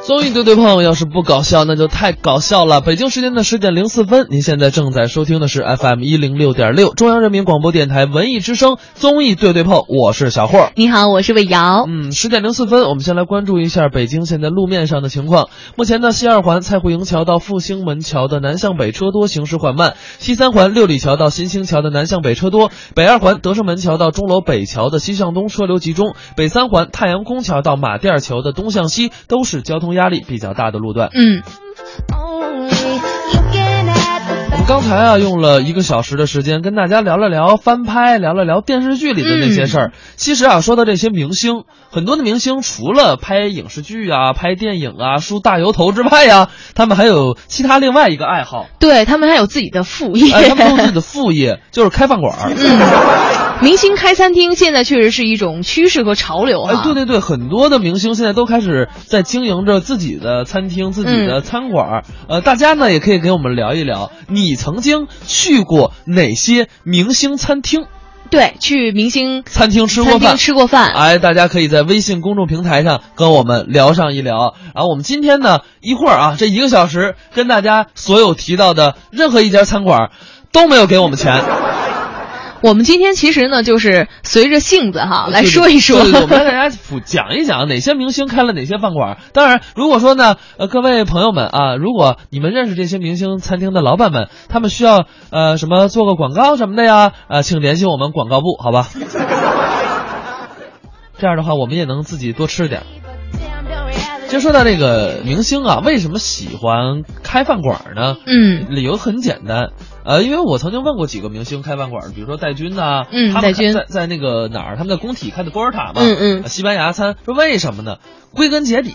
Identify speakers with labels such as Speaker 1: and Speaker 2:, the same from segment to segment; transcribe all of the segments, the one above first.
Speaker 1: 综艺对对碰要是不搞笑，那就太搞笑了。北京时间的十点零四分，您现在正在收听的是 FM 一零六点六，中央人民广播电台文艺之声综艺对对碰，我是小霍。
Speaker 2: 你好，我是魏瑶。
Speaker 1: 嗯，十点零四分，我们先来关注一下北京现在路面上的情况。目前呢，西二环蔡胡营桥到复兴门桥的南向北车多，行驶缓慢；西三环六里桥到新兴桥的南向北车多；北二环德胜门桥到钟楼北桥的西向东车流集中；北三环太阳宫桥到马甸儿桥的东向西都是交通压力比较大的路段。
Speaker 3: 啊
Speaker 2: 嗯，
Speaker 1: 我们刚才啊用了一个小时的时间跟大家聊了聊翻拍，聊了聊电视剧里的那些事儿。其实啊，说到这些明星，很多的明星除了拍影视剧啊、拍电影啊、梳大油头之外呀、他们还有其他另外一个爱好，
Speaker 2: 对他们还有自己的副业。
Speaker 1: 哎，他们都有自己的副业，就是开饭馆儿。
Speaker 2: 嗯 明星开餐厅现在确实是一种趋势和潮流啊哈。
Speaker 1: 哎，对对对，很多的明星现在都开始在经营着自己的餐厅、自己的餐馆儿。呃，大家呢也可以给我们聊一聊，你曾经去过哪些明星餐厅？
Speaker 2: 对去明星
Speaker 1: 餐厅吃过
Speaker 2: 餐
Speaker 1: 饭
Speaker 2: 厅。吃过饭。
Speaker 1: 哎，大家可以在微信公众平台上跟我们聊上一聊。然后我们今天呢，一会儿啊，这一个小时跟大家所有提到的任何一家餐馆，都没有给我们钱。
Speaker 2: 我们今天其实呢，就是随着性子哈 来
Speaker 1: 呃对
Speaker 2: 说一说。
Speaker 1: 对对对我们 来给大家普讲一讲哪些明星开了哪些饭馆。当然，如果说呢，呃，各位朋友们啊，如果你们认识这些明星餐厅的老板们，他们需要呃什么做个广告什么的呀，呃，请联系我们广告部，好吧？这样的话，我们也能自己多吃点儿。
Speaker 2: 嗯
Speaker 1: 其实说到这个明星啊，为什么喜欢开饭馆儿呢？
Speaker 2: 嗯
Speaker 1: 理由很简单，呃，因为我曾经问过几个明星开饭馆儿，比如说戴军呐、
Speaker 2: 嗯
Speaker 1: 他们
Speaker 2: 戴军
Speaker 1: 在在那个哪儿，他们在工体开的波尔塔嘛，
Speaker 2: 嗯嗯
Speaker 1: 呃西班牙餐，说为什么呢？归根结底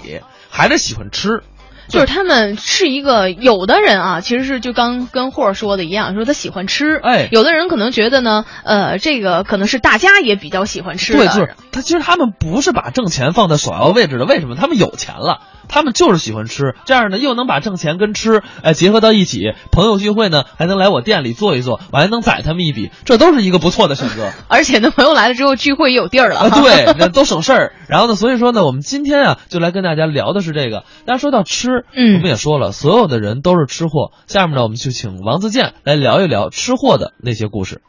Speaker 1: 还是喜欢吃，
Speaker 2: 就是他们是一个，有的人啊，其实是就刚跟霍儿说的一样，说他喜欢吃，
Speaker 1: 哎
Speaker 2: 有的人可能觉得呢，呃，这个可能是大家也比较喜欢吃的，
Speaker 1: 对，就是他其实他们不是把挣钱放在首要位置的，为什么？他们有钱了，他们就是喜欢吃，这样呢又能把挣钱跟吃哎结合到一起，朋友聚会呢还能来我店里坐一坐，我还能宰他们一笔，这都是一个不错的选 择。
Speaker 2: 而且呢，朋友来了之后聚会也有地儿了，
Speaker 1: 啊，对，那都省事儿。然后呢，所以说呢，我们今天啊，就来跟大家聊的是这个。大家说到吃，
Speaker 2: 嗯
Speaker 1: 我们也说了，所有的人都是吃货。下面呢，我们就请王自健来聊一聊吃货的那些故事。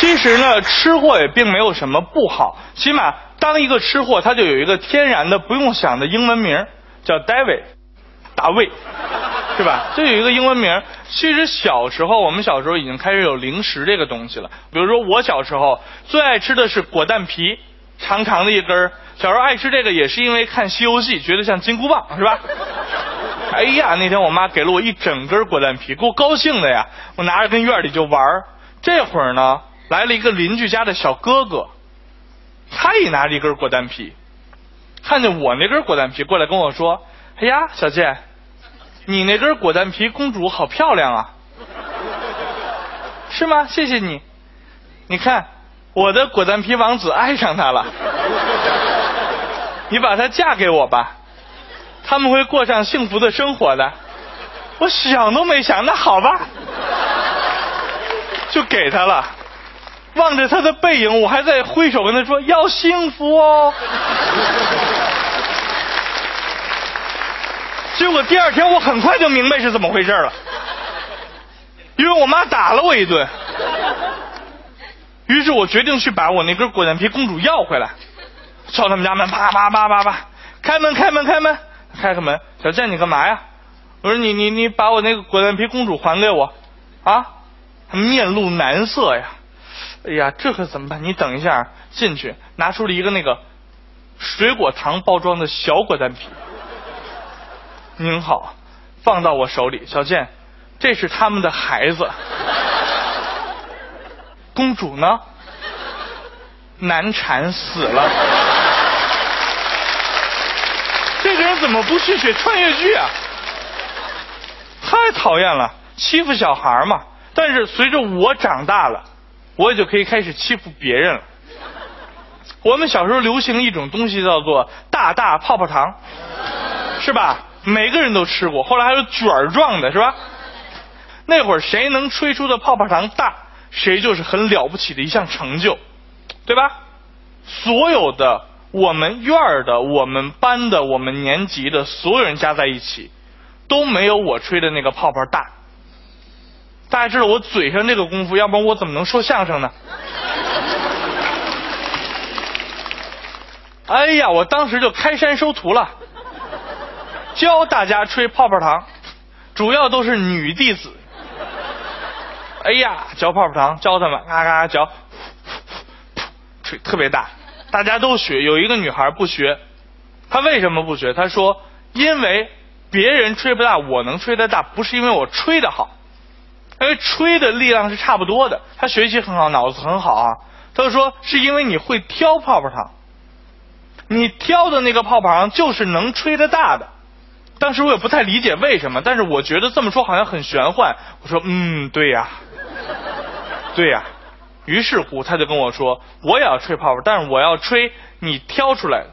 Speaker 4: 其实呢，吃货也并没有什么不好，起码当一个吃货，他就有一个天然的不用想的英文名儿，叫 David，大卫，是吧？这有一个英文名儿。其实小时候，我们小时候已经开始有零食这个东西了。比如说我小时候最爱吃的是果蛋皮，长长的一根儿。小时候爱吃这个也是因为看《西游记》，觉得像金箍棒，是吧？ 哎呀，那天我妈给了我一整根果蛋皮，给我高兴的呀！我拿着跟院里就玩儿。这会儿呢，来了一个邻居家的小哥哥，他也拿着一根果蛋皮，看见我那根果蛋皮过来跟我说：“哎呀，小健，你那根果蛋皮公主好漂亮啊， 是吗？谢谢你。你看，我的果蛋皮王子爱上她了，你把她嫁给我吧，他们会过上幸福的生活的。”我想都没想，那好吧，就给他了。望着他的背影，我还在挥手跟他说要幸福哦。结果第二天我很快就明白是怎么回事了，因为我妈打了我一顿。于是我决定去把我那根果蛋皮公主要回来。敲他们家门，啪啪啪啪啪，开门开门开门，开开门，小健你干嘛呀？我说你你你把我那个果蛋皮公主还给我，啊？他面露难色呀，哎呀，这可怎么办？你等一下，进去拿出了一个那个水果糖包装的小果蛋皮。您好，放到我手里，小健，这是他们的孩子。公主呢？难产死了。这个人怎么不去学穿越剧啊？太讨厌了，欺负小孩嘛。但是随着我长大了，我也就可以开始欺负别人了。我们小时候流行一种东西叫做大大泡泡糖，是吧？每个人都吃过，后来还有卷儿状的，是吧？那会儿谁能吹出的泡泡糖大，谁就是很了不起的一项成就，对吧？所有的我们院儿的、我们班的、我们年级的所有人加在一起，都没有我吹的那个泡泡大。大家知道我嘴上这个功夫，要不然我怎么能说相声呢？ 哎呀，我当时就开山收徒了，教大家吹泡泡糖，主要都是女弟子。哎呀，嚼泡泡糖，教他们嘎嘎嚼，吹特别大，大家都学。有一个女孩不学，她为什么不学？她说因为别人吹不大，我能吹得大，不是因为我吹得好，因为吹的力量是差不多的。她学习很好，脑子很好啊。她就说是因为你会挑泡泡糖，你挑的那个泡泡糖就是能吹得大的。当时我也不太理解为什么，但是我觉得这么说好像很玄幻。我说，嗯，对呀、对呀、于是乎，他就跟我说，我也要吹泡泡，但是我要吹你挑出来的。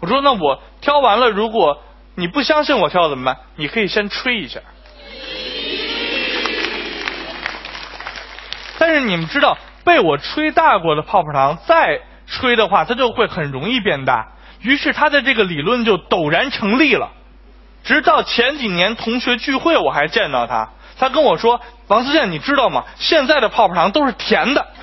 Speaker 4: 我说，那我挑完了，如果你不相信我挑的怎么办？你可以先吹一下。但是你们知道，被我吹大过的泡泡糖，再吹的话，它就会很容易变大。于是他的这个理论就陡然成立了。直到前几年同学聚会，我还见到他，他跟我说：“王思健，你知道吗？现在的泡泡糖都是甜的。”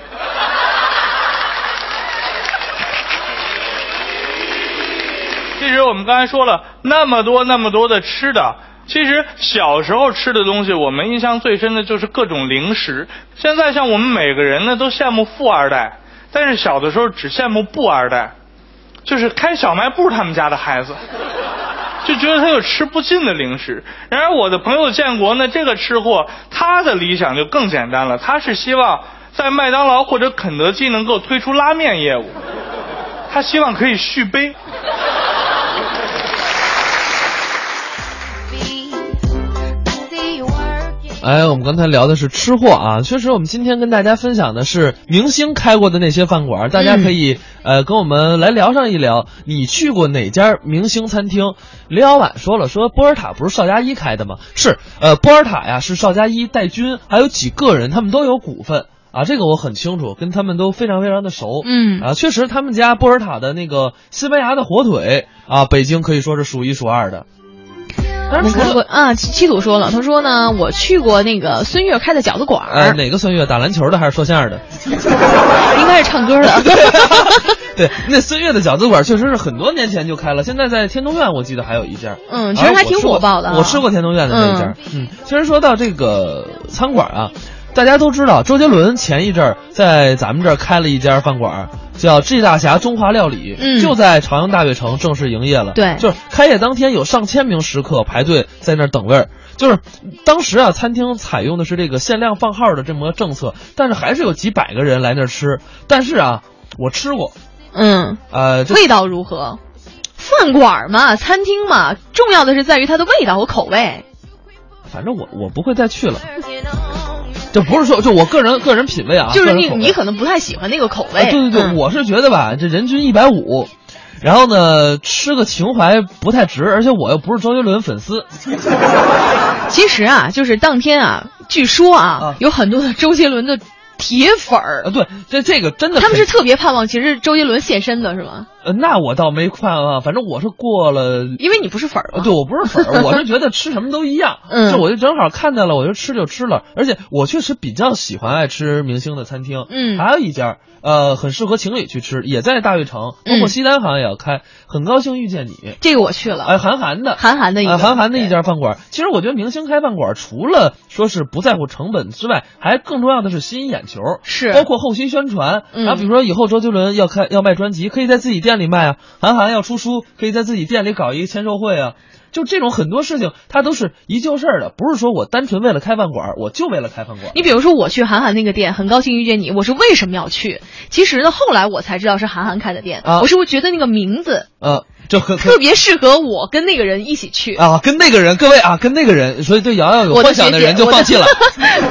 Speaker 4: 其实我们刚才说了那么多那么多的吃的，其实小时候吃的东西，我们印象最深的就是各种零食。现在像我们每个人呢，都羡慕富二代，但是小的时候只羡慕布二代，就是开小卖部他们家的孩子。就觉得他有吃不尽的零食。然而，我的朋友建国呢，这个吃货他的理想就更简单了，他是希望在麦当劳或者肯德基能够推出拉面业务，他希望可以续杯。
Speaker 1: 哎，我们刚才聊的是吃货啊，确实，我们今天跟大家分享的是明星开过的那些饭馆，大家可以、呃跟我们来聊上一聊，你去过哪家明星餐厅？李老板说了，说波尔塔不是邵佳一开的吗？是，呃，波尔塔呀是邵佳一、戴军还有几个人，他们都有股份。啊，这个我很清楚，跟他们都非常非常的熟。
Speaker 2: 嗯
Speaker 1: 啊，确实，他们家波尔塔的那个西班牙的火腿啊，北京可以说是数一数二的。当然
Speaker 2: 我
Speaker 1: 除了
Speaker 2: 看过啊，七七祖说了，他说呢，我去过那个孙悦开的饺子馆
Speaker 1: 呃，
Speaker 2: 儿，
Speaker 1: 哪个孙悦？打篮球的还是说相声的？
Speaker 2: 应该是唱歌的。
Speaker 1: 对，那孙悦的饺子馆确实是很多年前就开了，现在在天通苑，我记得还有一家。
Speaker 2: 嗯，其实
Speaker 1: 啊
Speaker 2: 还
Speaker 1: 我吃
Speaker 2: 挺
Speaker 1: 过
Speaker 2: 火爆的啊。
Speaker 1: 我吃过天通苑的那一家。嗯，其实说到这个餐馆啊，大家都知道，周杰伦前一阵儿在咱们这儿开了一家饭馆，叫 G 大侠中华料理，
Speaker 2: 嗯
Speaker 1: 就在朝阳大悦城正式营业了。
Speaker 2: 对
Speaker 1: 就是开业当天有上千名食客排队在那儿等位儿。就是当时啊，餐厅采用的是这个限量放号的这么个政策，但是还是有几百个人来那儿吃。但是啊，我吃过，
Speaker 2: 嗯，
Speaker 1: 呃，这
Speaker 2: 味道如何？饭馆嘛，餐厅嘛，重要的是在于它的味道和口味。
Speaker 1: 反正我我不会再去 了。就不是说就我个人个人品味啊，
Speaker 2: 就
Speaker 1: 个
Speaker 2: 是
Speaker 1: 人
Speaker 2: 你
Speaker 1: 口味
Speaker 2: 你可能不太喜欢那个口
Speaker 1: 哎
Speaker 2: 味。
Speaker 1: 对对对，
Speaker 2: 嗯
Speaker 1: 我是觉得吧，这人均一百五。然后呢，吃个情怀不太值，而且我又不是周杰伦粉丝，
Speaker 2: 其实啊，就是当天啊，据说啊，
Speaker 1: 啊
Speaker 2: 有很多的周杰伦的铁粉儿
Speaker 1: 呃，，对，这这个真的
Speaker 2: 他们
Speaker 1: 肯
Speaker 2: 是特别盼望，其实周杰伦现身的是吗？
Speaker 1: 呃那我倒没看啊，反正我是过了，
Speaker 2: 因为你不是粉儿
Speaker 1: 呃
Speaker 2: 嘛。
Speaker 1: 对我不是粉儿，我是觉得吃什么都一样，
Speaker 2: 嗯
Speaker 1: 就我就正好看见了，我就吃就吃了，而且我确实比较喜欢爱吃明星的餐厅，
Speaker 2: 嗯
Speaker 1: 还有一家呃很适合情侣去吃，也在大悦城，包括
Speaker 2: 嗯
Speaker 1: 西单好像也要开，很高兴遇见你，
Speaker 2: 这个我去了，
Speaker 1: 哎，韩寒的，
Speaker 2: 韩寒的一
Speaker 1: 啊，
Speaker 2: 个，
Speaker 1: 韩寒的一
Speaker 2: 对。
Speaker 1: 家饭馆。其实我觉得明星开饭馆，除了说是不在乎成本之外，还更重要的是吸引眼球，
Speaker 2: 是
Speaker 1: 包括后期宣传。啊
Speaker 2: 嗯
Speaker 1: 然后比如说以后周杰伦要开要卖专辑，可以在自己店里卖啊；韩寒要出书，可以在自己店里搞一个签售会啊。就这种很多事情，它都是一就事儿的，不是说我单纯为了开饭馆，我就为了开饭馆。
Speaker 2: 你比如说，我去韩寒那个店，很高兴遇见你，我是为什么要去？其实呢，后来我才知道是韩寒开的店，
Speaker 1: 啊
Speaker 2: 我是不是觉得那个名字
Speaker 1: 呃，就很
Speaker 2: 特别适合我跟那个人一起去？
Speaker 1: 啊，跟那个人，各位啊，跟那个人，所以对瑶瑶有
Speaker 2: 我的
Speaker 1: 幻想的
Speaker 2: 学姐
Speaker 1: 人就
Speaker 2: 我的
Speaker 1: 放弃了。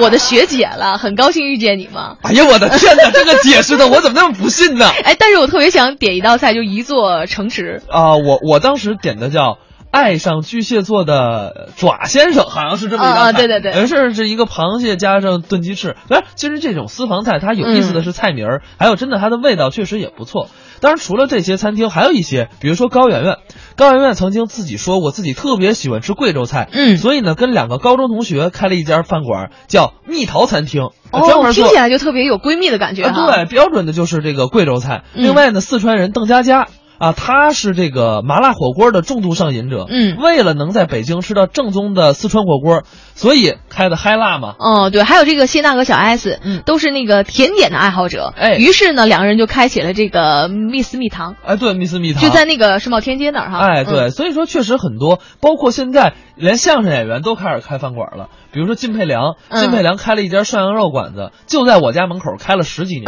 Speaker 2: 我的学姐了，很高兴遇见你嘛。
Speaker 1: 哎呀，我的天哪，这个解释的我怎么那么不信呢？
Speaker 2: 哎，但是我特别想点一道菜，就一座城池。
Speaker 1: 啊、我我当时点的叫。爱上巨蟹座的爪先生，好像是这么一道菜。
Speaker 2: 啊啊对对对
Speaker 1: 呃是是一个螃蟹加上炖
Speaker 2: 嗯
Speaker 1: 鸡翅。哎，其实这种私房菜，它有意思的是菜名儿，还有真的它的味道确实也不错。当然，除了这些餐厅，还有一些，比如说高圆圆。高圆圆曾经自己说过，自己特别喜欢吃贵州菜，
Speaker 2: 嗯
Speaker 1: 所以呢，跟两个高中同学开了一家饭馆，叫蜜桃餐厅，呃专
Speaker 2: 哦，
Speaker 1: 门
Speaker 2: 听
Speaker 1: 做
Speaker 2: 起来就特别有闺蜜的感觉哈。
Speaker 1: 啊。对，标准的就是这个贵州菜。
Speaker 2: 嗯
Speaker 1: 另外呢，四川人邓家佳。啊，他是这个麻辣火锅的重度上瘾者。
Speaker 2: 嗯
Speaker 1: 为了能在北京吃到正宗的四川火锅，所以开的嗨辣嘛。
Speaker 2: 哦，对，还有这个谢娜和小 S，
Speaker 1: 嗯
Speaker 2: 都是那个甜点的爱好者。
Speaker 1: 哎
Speaker 2: 于是呢，两个人就开启了这个密斯蜜糖，
Speaker 1: 哎，对，密斯蜜桃
Speaker 2: 就在那个世贸天阶那儿哈。
Speaker 1: 哎，对，
Speaker 2: 嗯，
Speaker 1: 所以说确实很多，包括现在连相声演员都开始开饭馆了。比如说金佩良，
Speaker 2: 嗯
Speaker 1: 金佩良开了一家涮羊肉馆子，就在我家门口开了十 几年。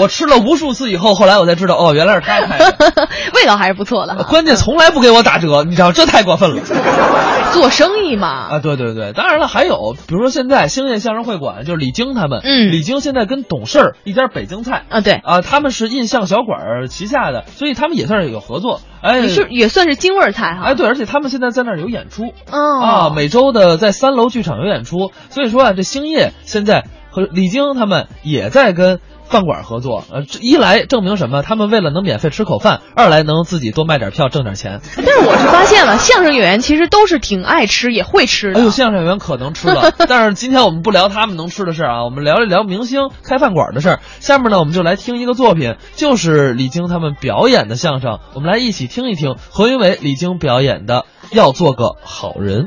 Speaker 1: 我吃了无数次以后，后来我才知道，哦，原来是他开的。
Speaker 2: 味道还是不错 的哈。
Speaker 1: 关键从来不给我打折，你知道这太过分了
Speaker 2: 做生意嘛，
Speaker 1: 啊！对对对，当然了，还有比如说现在兴业相声会馆，就是李菁他们，
Speaker 2: 嗯
Speaker 1: 李菁现在跟董事儿一家北京菜。
Speaker 2: 啊，对，
Speaker 1: 啊，他们是印象小馆儿旗下的，所以他们也算是有合作。哎，
Speaker 2: 也是也算是京味儿菜哈。
Speaker 1: 哎，对，而且他们现在在那儿有演出，啊，
Speaker 2: 哦，
Speaker 1: 每周的在三楼剧场有演出，所以说啊，这星夜现在和李菁他们也在跟饭馆合作，呃，这一来证明什么？他们为了能免费吃口饭，二来能自己多卖点票挣点钱。
Speaker 2: 但是我是发现了，相声演员其实都是挺爱吃，也会吃的。
Speaker 1: 哎呦，相声演员可能吃了，但是今天我们不聊他们能吃的事儿啊，我们聊一聊明星开饭馆的事儿。下面呢，我们就来听一个作品，就是李菁他们表演的相声，我们来一起听一听何云伟、李菁表演的《要做个好人》。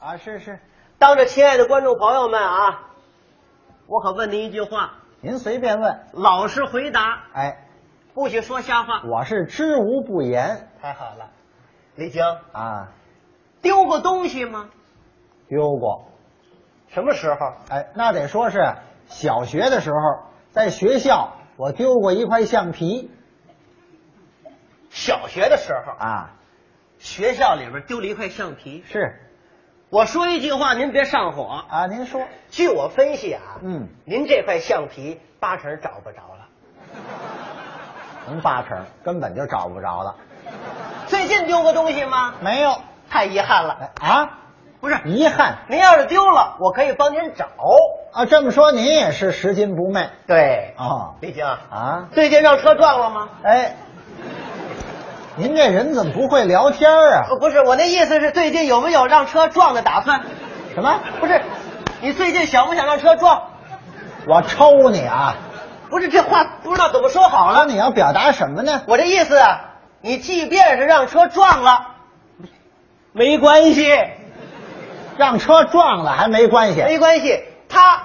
Speaker 5: 啊，是是，当着亲爱的观众朋友们啊，我可问您一句话，
Speaker 3: 您随便问。
Speaker 5: 老实回答，
Speaker 3: 哎，
Speaker 5: 不许说瞎话。
Speaker 3: 我是知无不言
Speaker 5: 太好了，李菁，
Speaker 3: 啊，
Speaker 5: 丢过东西吗？
Speaker 3: 丢过。
Speaker 5: 什么时候？
Speaker 3: 哎，那得说是小学的时候，在学校我丢过一块橡皮
Speaker 5: 小学的时候，
Speaker 3: 啊，
Speaker 5: 学校里边丢了一块橡皮。
Speaker 3: 是
Speaker 5: 我说一句话，您别上火。
Speaker 3: 啊，您说，
Speaker 5: 据我分析啊，
Speaker 3: 嗯，
Speaker 5: 您这块橡皮八成找不着了。
Speaker 3: 您八成根本就找不着了，
Speaker 5: 最近丢过东西吗？
Speaker 3: 没有
Speaker 5: 太遗憾了
Speaker 3: 哎。啊，
Speaker 5: 不是，
Speaker 3: 遗憾
Speaker 5: 您要是丢了，我可以帮您找。
Speaker 3: 啊。这么说您也是拾金不昧
Speaker 5: 对，
Speaker 3: 啊
Speaker 5: 李菁
Speaker 3: 啊？
Speaker 5: 最近让车撞了吗？
Speaker 3: 哎，您这人怎么不会聊天儿啊
Speaker 5: 呃？不是，我那意思是最近有没有让车撞的打算？
Speaker 3: 什么？
Speaker 5: 不是，你最近想不想让车撞？
Speaker 3: 我抽你啊！
Speaker 5: 不是，这话不知道怎么说好
Speaker 3: 好了，
Speaker 5: 了。
Speaker 3: 你要表达什么呢？
Speaker 5: 我这意思啊，你即便是让车撞了，没关系，
Speaker 3: 让车撞了还没关系
Speaker 5: 没关系。他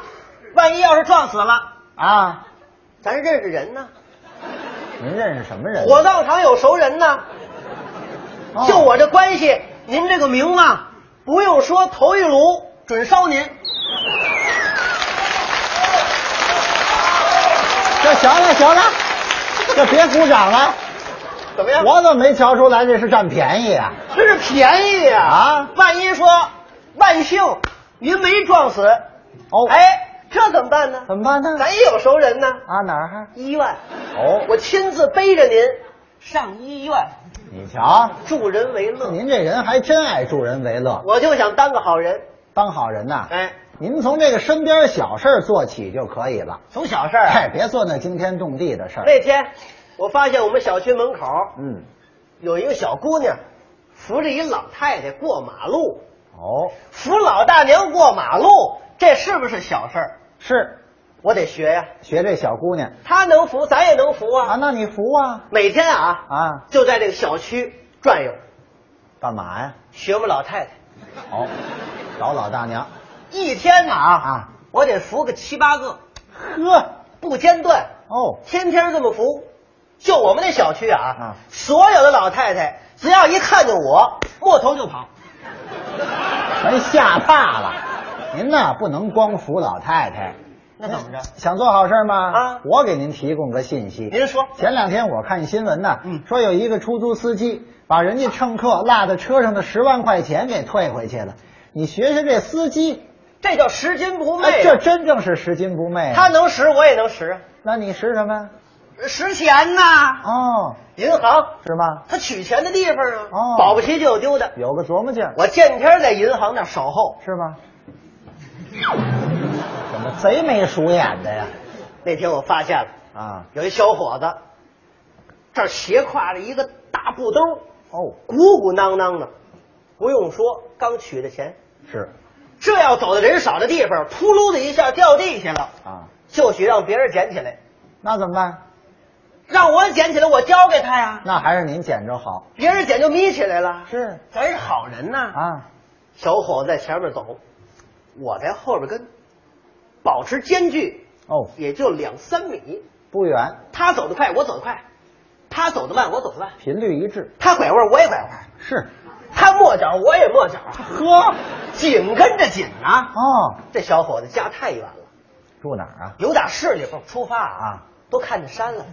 Speaker 5: 万一要是撞死了，
Speaker 3: 啊？
Speaker 5: 咱认识人呢，
Speaker 3: 您认识什么人？
Speaker 5: 火葬场有熟人呢。
Speaker 3: 哦
Speaker 5: 就我这关系，您这个名啊，不用说，头一炉准烧您。
Speaker 3: 这行了行了，这别鼓掌了。
Speaker 5: 怎么样？
Speaker 3: 我怎么没瞧出来这是占便宜啊？
Speaker 5: 这是便宜呀、
Speaker 3: 啊
Speaker 5: 万一说万幸您没撞死，
Speaker 3: 哦
Speaker 5: 哎，这怎么办呢？
Speaker 3: 怎么办呢？
Speaker 5: 咱也有熟人呢，
Speaker 3: 啊哪儿？
Speaker 5: 医院，
Speaker 3: 哦，
Speaker 5: 我亲自背着您上医院，
Speaker 3: 你瞧，
Speaker 5: 助人为乐。
Speaker 3: 您这人还真爱助人为乐，
Speaker 5: 我就想当个好人，
Speaker 3: 当好人呐。
Speaker 5: 哎，
Speaker 3: 您从这个身边小事儿做起就可以了。
Speaker 5: 从小事儿啊、
Speaker 3: 哎，别做那惊天动地的事儿。
Speaker 5: 那天我发现我们小区门口
Speaker 3: 嗯，
Speaker 5: 有一个小姑娘扶着一老太太过马路，
Speaker 3: 哦，
Speaker 5: 扶老大娘过马路，这是不是小事儿？
Speaker 3: 是
Speaker 5: 我得学呀、
Speaker 3: 学这小姑娘
Speaker 5: 她能扶，咱也能扶
Speaker 3: 啊，那你服啊
Speaker 5: 每天啊
Speaker 3: 啊？
Speaker 5: 就在这个小区转悠，
Speaker 3: 干嘛呀？
Speaker 5: 学不老太太，
Speaker 3: 哦，找老大娘
Speaker 5: 一天呐
Speaker 3: 啊，
Speaker 5: 我得扶个七八个，
Speaker 3: 呵，
Speaker 5: 不间断，
Speaker 3: 哦，
Speaker 5: 天天这么扶。就我们那小区啊，
Speaker 3: 啊
Speaker 5: 所有的老太太只要一看见我，摸头就 跑。
Speaker 3: 全哎吓怕了。您呐，不能光扶老太太。哎
Speaker 5: 那怎么着？
Speaker 3: 想做好事吗？
Speaker 5: 啊
Speaker 3: 我给您提供个信息。
Speaker 5: 您说
Speaker 3: 前两天我看新闻呢，
Speaker 5: 嗯
Speaker 3: 说有一个出租司机把人家乘客落在车上的十万块钱给退回去了。你学学这司机，
Speaker 5: 这叫拾金不昧、啊
Speaker 3: 哎这真正是拾金不昧、啊
Speaker 5: 他，能啊拾，我也能拾，
Speaker 3: 那你拾哎什么？
Speaker 5: 拾钱呐、
Speaker 3: 哦，
Speaker 5: 银行
Speaker 3: 是吗？
Speaker 5: 他取钱的地方啊，
Speaker 3: 哦
Speaker 5: 保不齐就有丢的。
Speaker 3: 有个琢磨劲儿，
Speaker 5: 我见天在银行那儿守候。
Speaker 3: 是吗？怎么贼眉鼠眼的呀？
Speaker 5: 那天我发现了，
Speaker 3: 啊
Speaker 5: 有一小伙子，这儿斜挎着一个大布兜，
Speaker 3: 哦，
Speaker 5: 鼓鼓囊囊的，不用说，刚取的钱。
Speaker 3: 是
Speaker 5: 这要走到人少的地方，扑噜的一下掉地下了，
Speaker 3: 啊，
Speaker 5: 就许让别人捡起来，
Speaker 3: 那怎么办？
Speaker 5: 让我捡起来，我交给他呀。
Speaker 3: 那还是您捡着好。
Speaker 5: 别人捡就眯起来了，
Speaker 3: 是
Speaker 5: 咱是哎好人呐。
Speaker 3: 啊，
Speaker 5: 小伙子在前面走，我在后边跟，保持间距，
Speaker 3: 哦，
Speaker 5: 也就两三米。
Speaker 3: 不远，
Speaker 5: 他走得快，我走得快；他走得慢，我走得慢。
Speaker 3: 频率一致。
Speaker 5: 他拐弯，我也拐弯；
Speaker 3: 是，
Speaker 5: 他磨脚，我也磨脚。啊
Speaker 3: 呵，
Speaker 5: 紧跟着紧啊！
Speaker 3: 哦，
Speaker 5: 这小伙子家太远了，
Speaker 3: 住哪儿啊？
Speaker 5: 有点势力出发
Speaker 3: 啊，
Speaker 5: 都看见山了。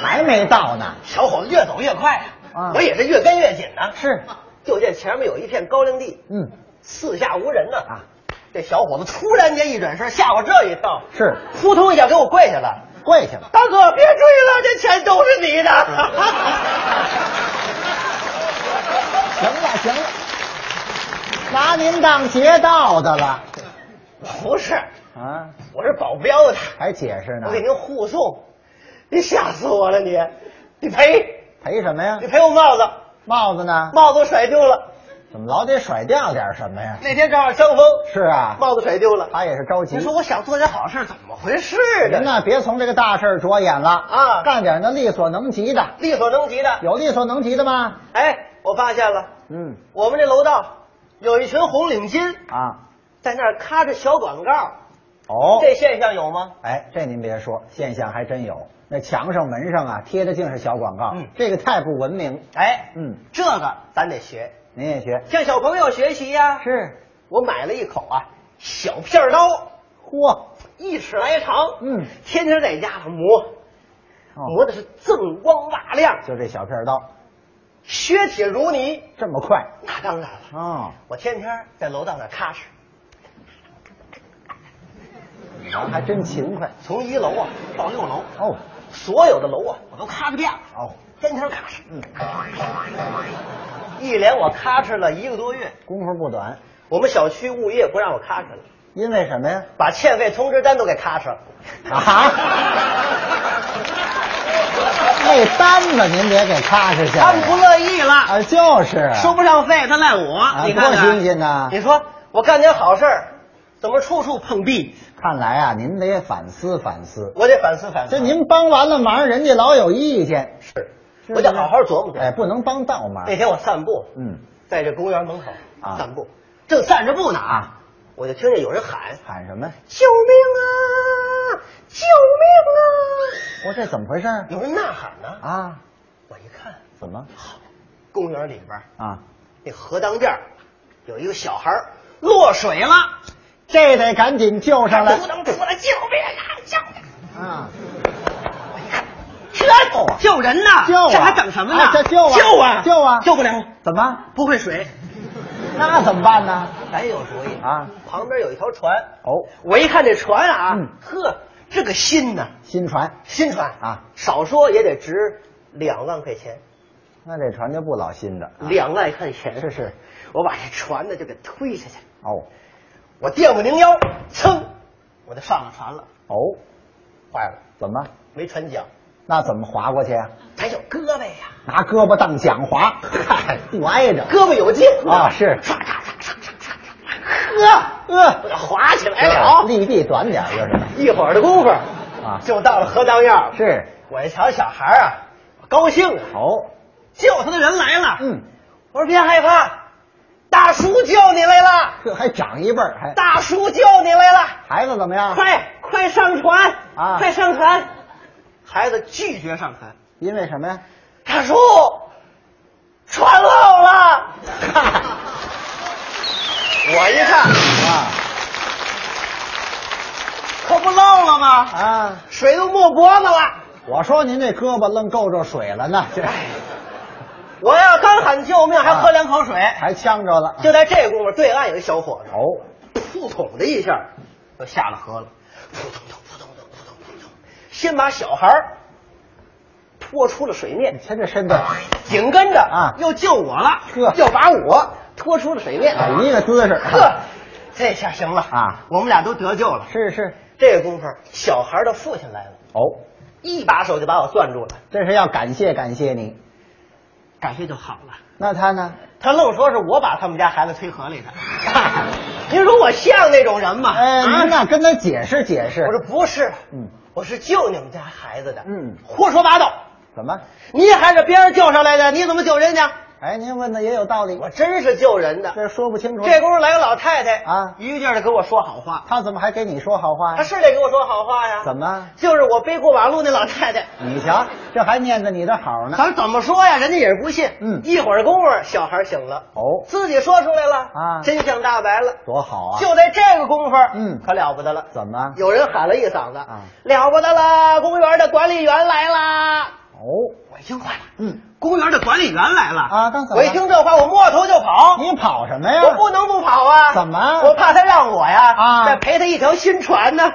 Speaker 3: 还没到呢。
Speaker 5: 小伙子越走越快
Speaker 3: 啊
Speaker 5: 我也是越跟越紧呢、
Speaker 3: 是，
Speaker 5: 就见前面有一片高粱地，
Speaker 3: 嗯，
Speaker 5: 四下无人呢
Speaker 3: 啊！
Speaker 5: 这小伙子突然间一转身，吓我这一跳，
Speaker 3: 是
Speaker 5: 扑通一下给我跪下了。
Speaker 3: 跪下了。
Speaker 5: 大哥，别追了，这钱都是你的。
Speaker 3: 行了行了，拿您当劫道的了
Speaker 5: 不是，
Speaker 3: 啊？
Speaker 5: 我是保镖的，
Speaker 3: 还解释呢
Speaker 5: 我？给您护送。你吓死我了，你，你赔，
Speaker 3: 赔什么呀
Speaker 5: 你？赔我帽子，
Speaker 3: 帽子呢？
Speaker 5: 帽子我甩丢了。
Speaker 3: 怎么老得甩掉点什么呀？
Speaker 5: 那天正好伤风，
Speaker 3: 是啊，
Speaker 5: 帽子甩丢了。
Speaker 3: 他也是着急
Speaker 5: 你。说我想做点好事，怎么回事
Speaker 3: 您
Speaker 5: 呢？
Speaker 3: 呢，别从这个大事儿着眼了
Speaker 5: 啊
Speaker 3: 干点那力所能及的。
Speaker 5: 力所能及的。
Speaker 3: 有力所能及的吗？
Speaker 5: 哎，我发现了，
Speaker 3: 嗯
Speaker 5: 我们这楼道有一群红领巾
Speaker 3: 啊，
Speaker 5: 在那儿咔着小广告，
Speaker 3: 哦，
Speaker 5: 这现象有吗？
Speaker 3: 哎，这您别说，现象还真有。那墙上、门上啊，贴的竟是小广告，
Speaker 5: 嗯
Speaker 3: 这个太不文明。
Speaker 5: 哎，
Speaker 3: 嗯，
Speaker 5: 这个咱得学，
Speaker 3: 您也学？
Speaker 5: 向小朋友学习呀、
Speaker 3: 是，
Speaker 5: 我买了一口啊小片刀，
Speaker 3: 嚯，
Speaker 5: 一尺来长，
Speaker 3: 嗯
Speaker 5: 天天在家磨，
Speaker 3: 哦，
Speaker 5: 磨的是锃光瓦亮，
Speaker 3: 就这小片刀
Speaker 5: 削铁如泥。
Speaker 3: 这么快
Speaker 5: 那当然了，
Speaker 3: 哦，
Speaker 5: 我天天在楼道那儿咔哧，
Speaker 3: 啊还真勤快
Speaker 5: 从一楼啊到六楼，
Speaker 3: 哦
Speaker 5: 所有的楼啊我都咔哧遍了，
Speaker 3: 哦，
Speaker 5: 天天咔哧。
Speaker 3: 嗯，
Speaker 5: 一连我咔哧了一个多月，
Speaker 3: 功夫不短。
Speaker 5: 我们小区物业不让我咔哧了，
Speaker 3: 因为什么呀？
Speaker 5: 把欠费通知单都给咔哧了。
Speaker 3: 啊？那单子您别给咔哧下
Speaker 5: 他们不
Speaker 3: 来，
Speaker 5: 乐意了，
Speaker 3: 啊，就是啊
Speaker 5: 收不上费，他赖我。
Speaker 3: 啊
Speaker 5: 你看看
Speaker 3: 多新鲜呐
Speaker 5: 你说我干点好事儿，怎么处处碰壁？
Speaker 3: 看来啊，您得反思反思。
Speaker 5: 我得反思反思。
Speaker 3: 这您帮完了忙，人家老有意见，
Speaker 5: 是，
Speaker 3: 是不
Speaker 5: 我
Speaker 3: 是
Speaker 5: 得好好琢磨琢磨。
Speaker 3: 哎，不能帮倒忙
Speaker 5: 那。天我散步，
Speaker 3: 嗯，
Speaker 5: 在这公园门口
Speaker 3: 啊
Speaker 5: 散步，正散着步呢
Speaker 3: 啊，
Speaker 5: 我就听见有人喊
Speaker 3: 喊什么？：“
Speaker 5: 救命啊！救命
Speaker 3: 我这怎么回事？
Speaker 5: 啊！”有人呐喊呢。
Speaker 3: 啊？
Speaker 5: 我一看，
Speaker 3: 怎么？
Speaker 5: 公园里边儿
Speaker 3: 啊？
Speaker 5: 那河当边儿有一个小孩儿落水了，
Speaker 3: 这得赶紧救上来
Speaker 5: 扑腾扑腾，救命啊！救命！
Speaker 3: 啊！
Speaker 5: 这救人呢？
Speaker 3: 救啊
Speaker 5: 这还等什么呢
Speaker 3: 啊？这救啊
Speaker 5: 救啊！
Speaker 3: 救啊
Speaker 5: 救不了，
Speaker 3: 怎么？啊
Speaker 5: 不会水。
Speaker 3: 那怎么办呢？
Speaker 5: 咱有主意
Speaker 3: 啊！
Speaker 5: 旁边有一条船，
Speaker 3: 哦，
Speaker 5: 我一看这船啊，
Speaker 3: 嗯
Speaker 5: 呵，这个新呐，
Speaker 3: 新船，
Speaker 5: 新船
Speaker 3: 啊，
Speaker 5: 少说也得值两万块钱，
Speaker 3: 那这船就不老新的。啊
Speaker 5: 两万块钱。
Speaker 3: 是是，
Speaker 5: 我把这船呢就给推下去，
Speaker 3: 哦
Speaker 5: 我垫个灵腰，噌，我就上了船了，
Speaker 3: 哦，
Speaker 5: 坏了，
Speaker 3: 怎么？
Speaker 5: 没船桨，
Speaker 3: 那怎么划过去啊？
Speaker 5: 咱有胳膊呀。
Speaker 3: 拿胳膊当桨划， 嗨，不挨着。
Speaker 5: 胳膊有劲
Speaker 3: 啊是
Speaker 5: 唰唰唰唰唰唰唰，呵，我
Speaker 3: 呃，
Speaker 5: 就滑起来哎了。哦
Speaker 3: 利弊短点儿就是。
Speaker 5: 一会儿的功夫
Speaker 3: 啊
Speaker 5: 就到了河当沿儿。
Speaker 3: 是，
Speaker 5: 我一瞧小孩儿啊，我高兴啊，
Speaker 3: 哦，
Speaker 5: 救他的人来了。
Speaker 3: 嗯，
Speaker 5: 我说别害怕，大叔救你来了，
Speaker 3: 这还长一辈儿，还
Speaker 5: 大叔救你来了，
Speaker 3: 孩子怎么样？
Speaker 5: 快快上船
Speaker 3: 啊
Speaker 5: 快上船！孩子拒绝上船，
Speaker 3: 因为什么呀？
Speaker 5: 大叔，船漏了。我一看，
Speaker 3: 啊
Speaker 5: 可不漏了吗？
Speaker 3: 啊！
Speaker 5: 水都没脖子了。
Speaker 3: 我说您这胳膊愣够着水了呢，这
Speaker 5: 哎我要刚喊救
Speaker 3: 啊
Speaker 5: 命，还喝两口水。
Speaker 3: 还呛着了。
Speaker 5: 就在这功夫，对岸有一小伙子，
Speaker 3: 哦，
Speaker 5: 扑通的一下就下了河了，扑通通扑通通扑通扑通，先把小孩儿拖出了水
Speaker 3: 你
Speaker 5: 面，
Speaker 3: 瞧这身段，
Speaker 5: 紧跟着
Speaker 3: 啊
Speaker 5: 又救我了
Speaker 3: 呵，
Speaker 5: 又把我拖出了水面，
Speaker 3: 哎一个姿势。
Speaker 5: 呵，这下行了
Speaker 3: 啊
Speaker 5: 我们俩都得救了。
Speaker 3: 是是，
Speaker 5: 这个功夫，小孩的父亲来了，
Speaker 3: 哦，
Speaker 5: 一把手就把我攥住了，
Speaker 3: 这是要感谢感谢你。
Speaker 5: 感谢就好了。
Speaker 3: 那他呢？
Speaker 5: 他愣说是我把他们家孩子推河 里的，您说我像那种人吗？
Speaker 3: 哎，您
Speaker 5: 啊
Speaker 3: 那跟他解释解释。
Speaker 5: 我说不是，
Speaker 3: 嗯
Speaker 5: 我是救你们家孩子的，
Speaker 3: 嗯
Speaker 5: 胡说八道，
Speaker 3: 怎么？
Speaker 5: 您还是别人救上来的，你怎么救人家？
Speaker 3: 哎，您问的也有道理，
Speaker 5: 我真是救人的，
Speaker 3: 这说不清楚。
Speaker 5: 这功夫来个老太太
Speaker 3: 啊
Speaker 5: 一个劲儿的跟我说好话，
Speaker 3: 他怎么还给你说好话呀？
Speaker 5: 她是得跟我说好话呀。
Speaker 3: 怎？么？
Speaker 5: 就是我背过马路那老太太，
Speaker 3: 你瞧，这还念着你的好呢。
Speaker 5: 咱怎么说呀？人家也是不信。
Speaker 3: 嗯
Speaker 5: 一会儿功夫，小孩醒了，
Speaker 3: 哦，
Speaker 5: 自己说出来了
Speaker 3: 啊
Speaker 5: 真相大白了。
Speaker 3: 多好啊！
Speaker 5: 就在这个功夫，
Speaker 3: 嗯
Speaker 5: 可了不得了。
Speaker 3: 怎么？
Speaker 5: 有人喊了一嗓子
Speaker 3: 啊
Speaker 5: 了不得了！公园的管理员来啦！
Speaker 3: 哦，
Speaker 5: 我一听坏了，
Speaker 3: 嗯，
Speaker 5: 公园的管理员来了
Speaker 3: 啊当怎么
Speaker 5: 我一听这话，我摸头就跑。
Speaker 3: 你跑什么呀？
Speaker 5: 我不能不跑啊！
Speaker 3: 怎么
Speaker 5: 我怕他让我呀，
Speaker 3: 啊
Speaker 5: 再陪他一条新船呢。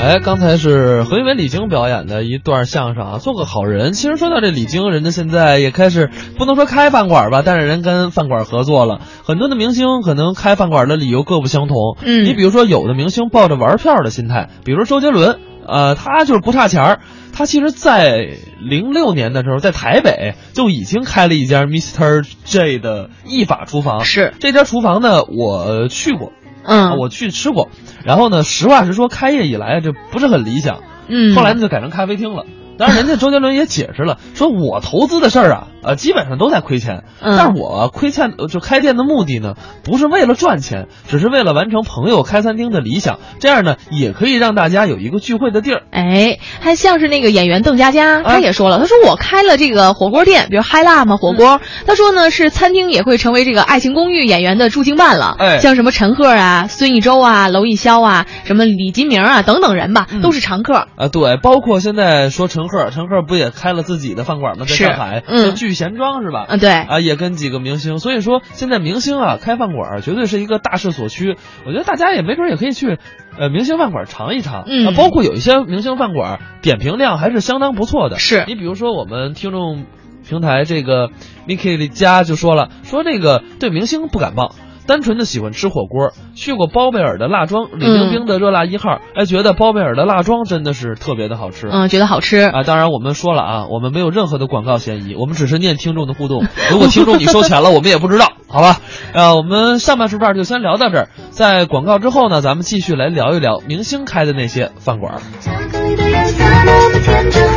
Speaker 1: 哎，刚才是何云伟、李菁表演的一段相声啊，做个好人。其实说到这李菁，人家现在也开始不能说开饭馆吧，但是人跟饭馆合作了。很多的明星可能开饭馆的理由各不相同。
Speaker 2: 嗯
Speaker 1: 你比如说有的明星抱着玩票的心态，比如周杰伦，呃，他就是不差钱儿。他其实，在零六年的时候，在台北就已经开了一家 Mr. J 的意法厨房。
Speaker 2: 是
Speaker 1: 这家厨房呢，我去过，啊，
Speaker 2: 嗯，
Speaker 1: 我去吃过。然后呢，实话实说，开业以来这不是很理想，
Speaker 2: 嗯，
Speaker 1: 后来呢就改成咖啡厅了。当然，人家周杰伦也解释了，说我投资的事儿啊，呃，基本上都在亏钱。
Speaker 2: 嗯
Speaker 1: 但是我亏欠呃就开店的目的呢，不是为了赚钱，只是为了完成朋友开餐厅的理想。这样呢，也可以让大家有一个聚会的地儿。
Speaker 2: 哎，还像是那个演员邓家佳，
Speaker 1: 啊
Speaker 2: 他也说了，他说我开了这个火锅店，比如嗨辣嘛火
Speaker 1: 嗯
Speaker 2: 锅，他说呢是餐厅也会成为这个《爱情公寓》演员的驻京办了，
Speaker 1: 哎
Speaker 2: 像什么陈赫啊、孙艺洲啊、娄艺潇啊、什么李金铭啊等等人吧，都是常客。
Speaker 1: 啊，对，包括现在说陈赫，陈赫不也开了自己的饭馆吗？在
Speaker 2: 是
Speaker 1: 上海，
Speaker 2: 嗯
Speaker 1: 叫聚贤庄是吧？
Speaker 2: 嗯，对，
Speaker 1: 啊，也跟几个明星，所以说现在明星啊开饭馆儿绝对是一个大势所趋。我觉得大家也没准儿也可以去，呃，明星饭馆儿尝一尝。
Speaker 2: 嗯
Speaker 1: 啊，包括有一些明星饭馆儿点评量还是相当不错的。
Speaker 2: 是
Speaker 1: 你比如说我们听众平台这个 Niki 的家就说了，说这个对明星不感冒。单纯的喜欢吃火锅，去过包贝尔的辣庄，李冰
Speaker 2: 嗯
Speaker 1: 冰的热辣一号，哎，觉得包贝尔的辣庄真的是特别的好吃。
Speaker 2: 嗯，觉得好吃。
Speaker 1: 啊，当然我们说了啊，我们没有任何的广告嫌疑，我们只是念听众的互动。 如果听众你收钱了，我们也不知道，好吧？呃，我们上半时段就先聊到这儿，在广告之后呢，咱们继续来聊一聊明星开的那些饭馆儿。
Speaker 6: 巧克力的颜色那么天真，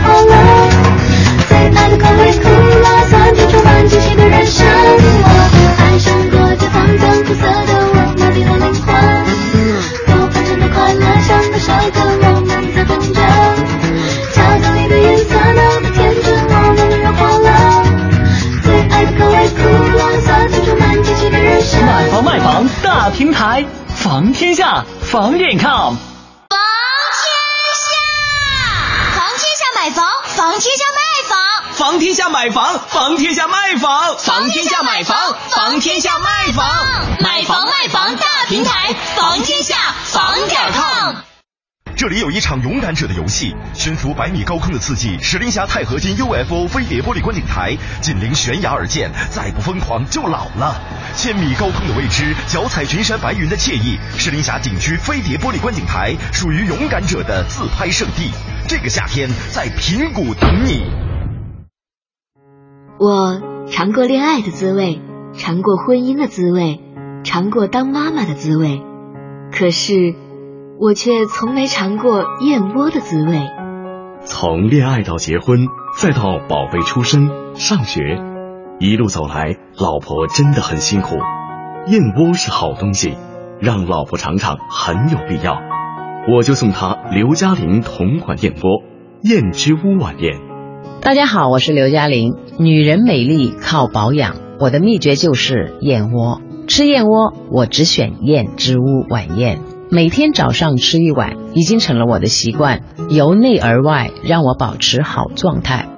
Speaker 6: 好美好美。最爱的口味苦辣酸甜，充满惊喜的人生。我爱上过这沧桑苦涩的我，美丽的灵魂。我本真的快乐，像个小的我们在等着。巧克力的颜色那么天真，我们要快乐。最爱的口味苦辣酸甜，充满惊喜的人生。
Speaker 7: 买房卖房大平台，房天下，房点 com。
Speaker 8: 房天下，房天下买房，房天下卖房，
Speaker 7: 房天下买房，房天下卖房，房天下买房，房天下卖房，
Speaker 8: 买房卖房大平台，房天下，房点 com。
Speaker 9: 这里有一场勇敢者的游戏，悬浮百米高空的刺激，石林峡钛合金 UFO 飞碟玻璃观景台，紧邻悬崖而建，再不疯狂就老了。千米高空的未知，脚踩群山白云的惬意，石林峡景区飞碟玻璃观景台属于勇敢者的自拍圣地。这个夏天在平谷等你。
Speaker 10: 我尝过恋爱的滋味，尝过婚姻的滋味，尝过当妈妈的滋味，可是我却从没尝过燕窝的滋味。
Speaker 11: 从恋爱到结婚，再到宝贝出生、上学，一路走来，老婆真的很辛苦。燕窝是好东西，让老婆尝尝很有必要。我就送她刘嘉玲同款燕窝——燕之屋晚宴。
Speaker 10: 大家好，我是刘嘉玲。女人美丽靠保养，我的秘诀就是燕窝。吃燕窝，我只选燕之屋晚宴，每天早上吃一碗，已经成了我的习惯，由内而外让我保持好状态。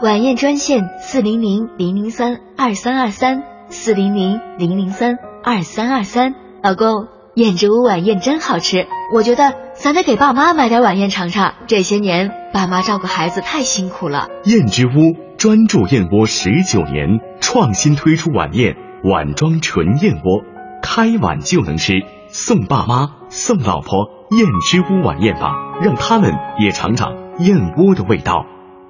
Speaker 6: 晚宴专线四零零零零三二三二三四零零零零三二三二三，导购
Speaker 11: 燕之屋晚宴真好吃，我觉得咱得给爸妈买点晚宴尝尝。这些年爸妈照顾孩子太辛苦了。
Speaker 12: 燕之屋专注燕窝十九年，创新推出晚宴碗装纯燕窝，开碗就能吃，送爸妈送老婆，燕之屋晚宴吧，让他们也尝尝燕窝的味道。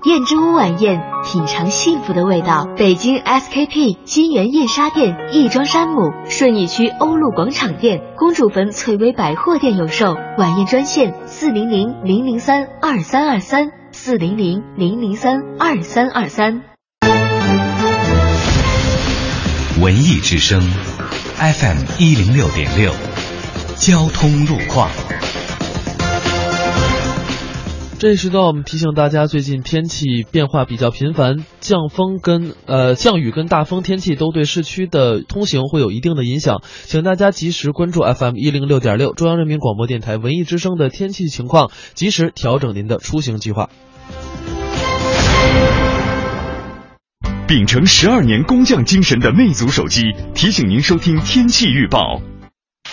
Speaker 11: 燕之屋晚宴，品尝幸福的味道。北京 SKP 金源燕莎店、亦庄山姆、顺义区欧陆广场店、公主坟翠微百货店有售。晚宴专线：四零零零零三二三二三，四零零零零三二三二三。
Speaker 13: 文艺之声，FM 一零六点六，交通路况。
Speaker 1: 这时段我们提醒大家，最近天气变化比较频繁，降风跟呃降雨跟大风天气都对市区的通行会有一定的影响，请大家及时关注 FM 一零六点六中央人民广播电台文艺之声的天气情况，及时调整您的出行计划。
Speaker 9: 秉承十二年工匠精神的魅族手机提醒您收听天气预报。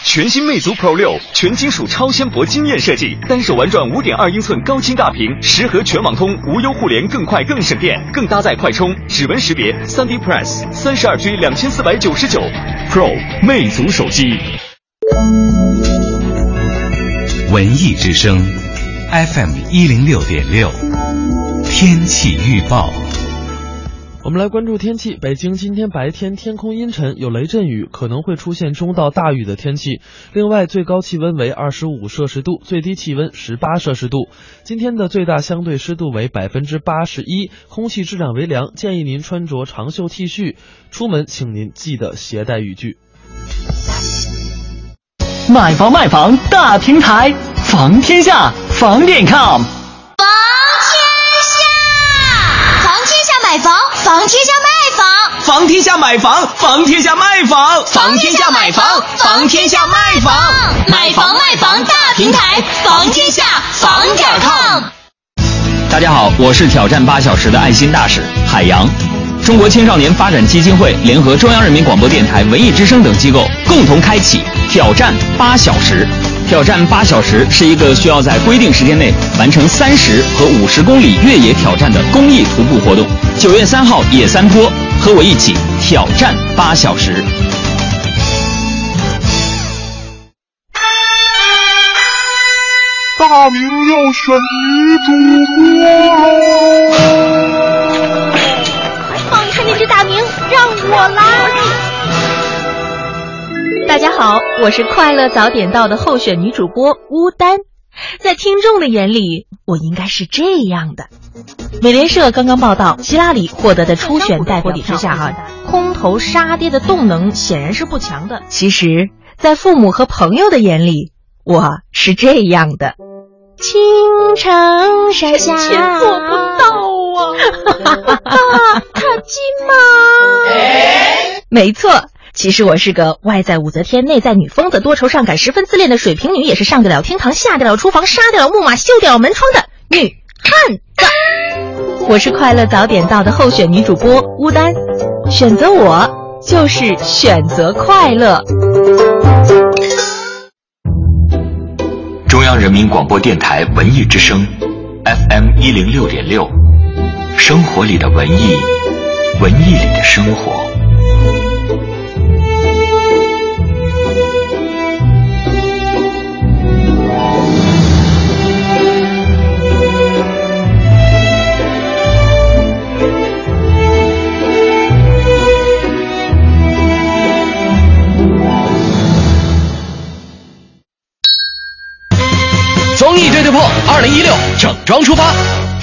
Speaker 9: 全新魅族 Pro 六，全金属超纤薄惊艳设计，单手玩转五点二英寸高清大屏，十核全网通，无忧互联，更快更省电，更搭载快充、指纹识别、三 D Press，三十二 G 两千四百九十九，Pro 魅族手机。
Speaker 13: 文艺之声，FM 一零六点六，天气预报。
Speaker 1: 我们来关注天气。北京今天白天天空阴沉，有雷阵雨，可能会出现中到大雨的天气。另外，最高气温为二十五摄氏度，最低气温十八摄氏度。今天的最大相对湿度为百分之八十一，空气质量为良，建议您穿着长袖 T 恤出门，请您记得携带雨具。
Speaker 14: 买房卖房大平台，房天下，房点 com。
Speaker 8: 房天下，房天下买房，房天下卖房，
Speaker 14: 房天下买房，房天下卖房，房天下买房，房天下卖房，
Speaker 8: 买房卖房大平台，房天下，房点儿 com。
Speaker 10: 大家好，我是挑战八小时的爱心大使海洋。中国青少年发展基金会联合中央人民广播电台、文艺之声等机构，共同开启“挑战八小时”。挑战八小时是一个需要在规定时间内完成三十和五十公里越野挑战的公益徒步活动。九月三号，野三坡，和我一起挑战八小时。
Speaker 15: 大明要选女主播喽。
Speaker 16: 放开那只大明，让我来！
Speaker 17: 大家好，我是快乐早点到的候选女主播乌丹。在听众的眼里，我应该是这样的。美联社刚刚报道，希拉里获得的初选代表之下啊，空头杀跌的动能显然是不强的。其实，在父母和朋友的眼里，我是这样的。
Speaker 16: 青城山下，
Speaker 17: 臣妾做不
Speaker 16: 到啊！ 看金吗？
Speaker 17: 没错，其实我是个外在武则天、内在女疯子、多愁善感、十分自恋的水瓶女，也是上得了厅堂、下得了厨房、杀得了木马、修得了门窗的女汉子。 我是快乐早点到的候选女主播乌丹，选择我就是选择快乐。
Speaker 13: 中央人民广播电台文艺之声，FM 一零六点六，生活里的文艺，文艺里的生活。
Speaker 4: 综艺对对碰，二零一六整装出发。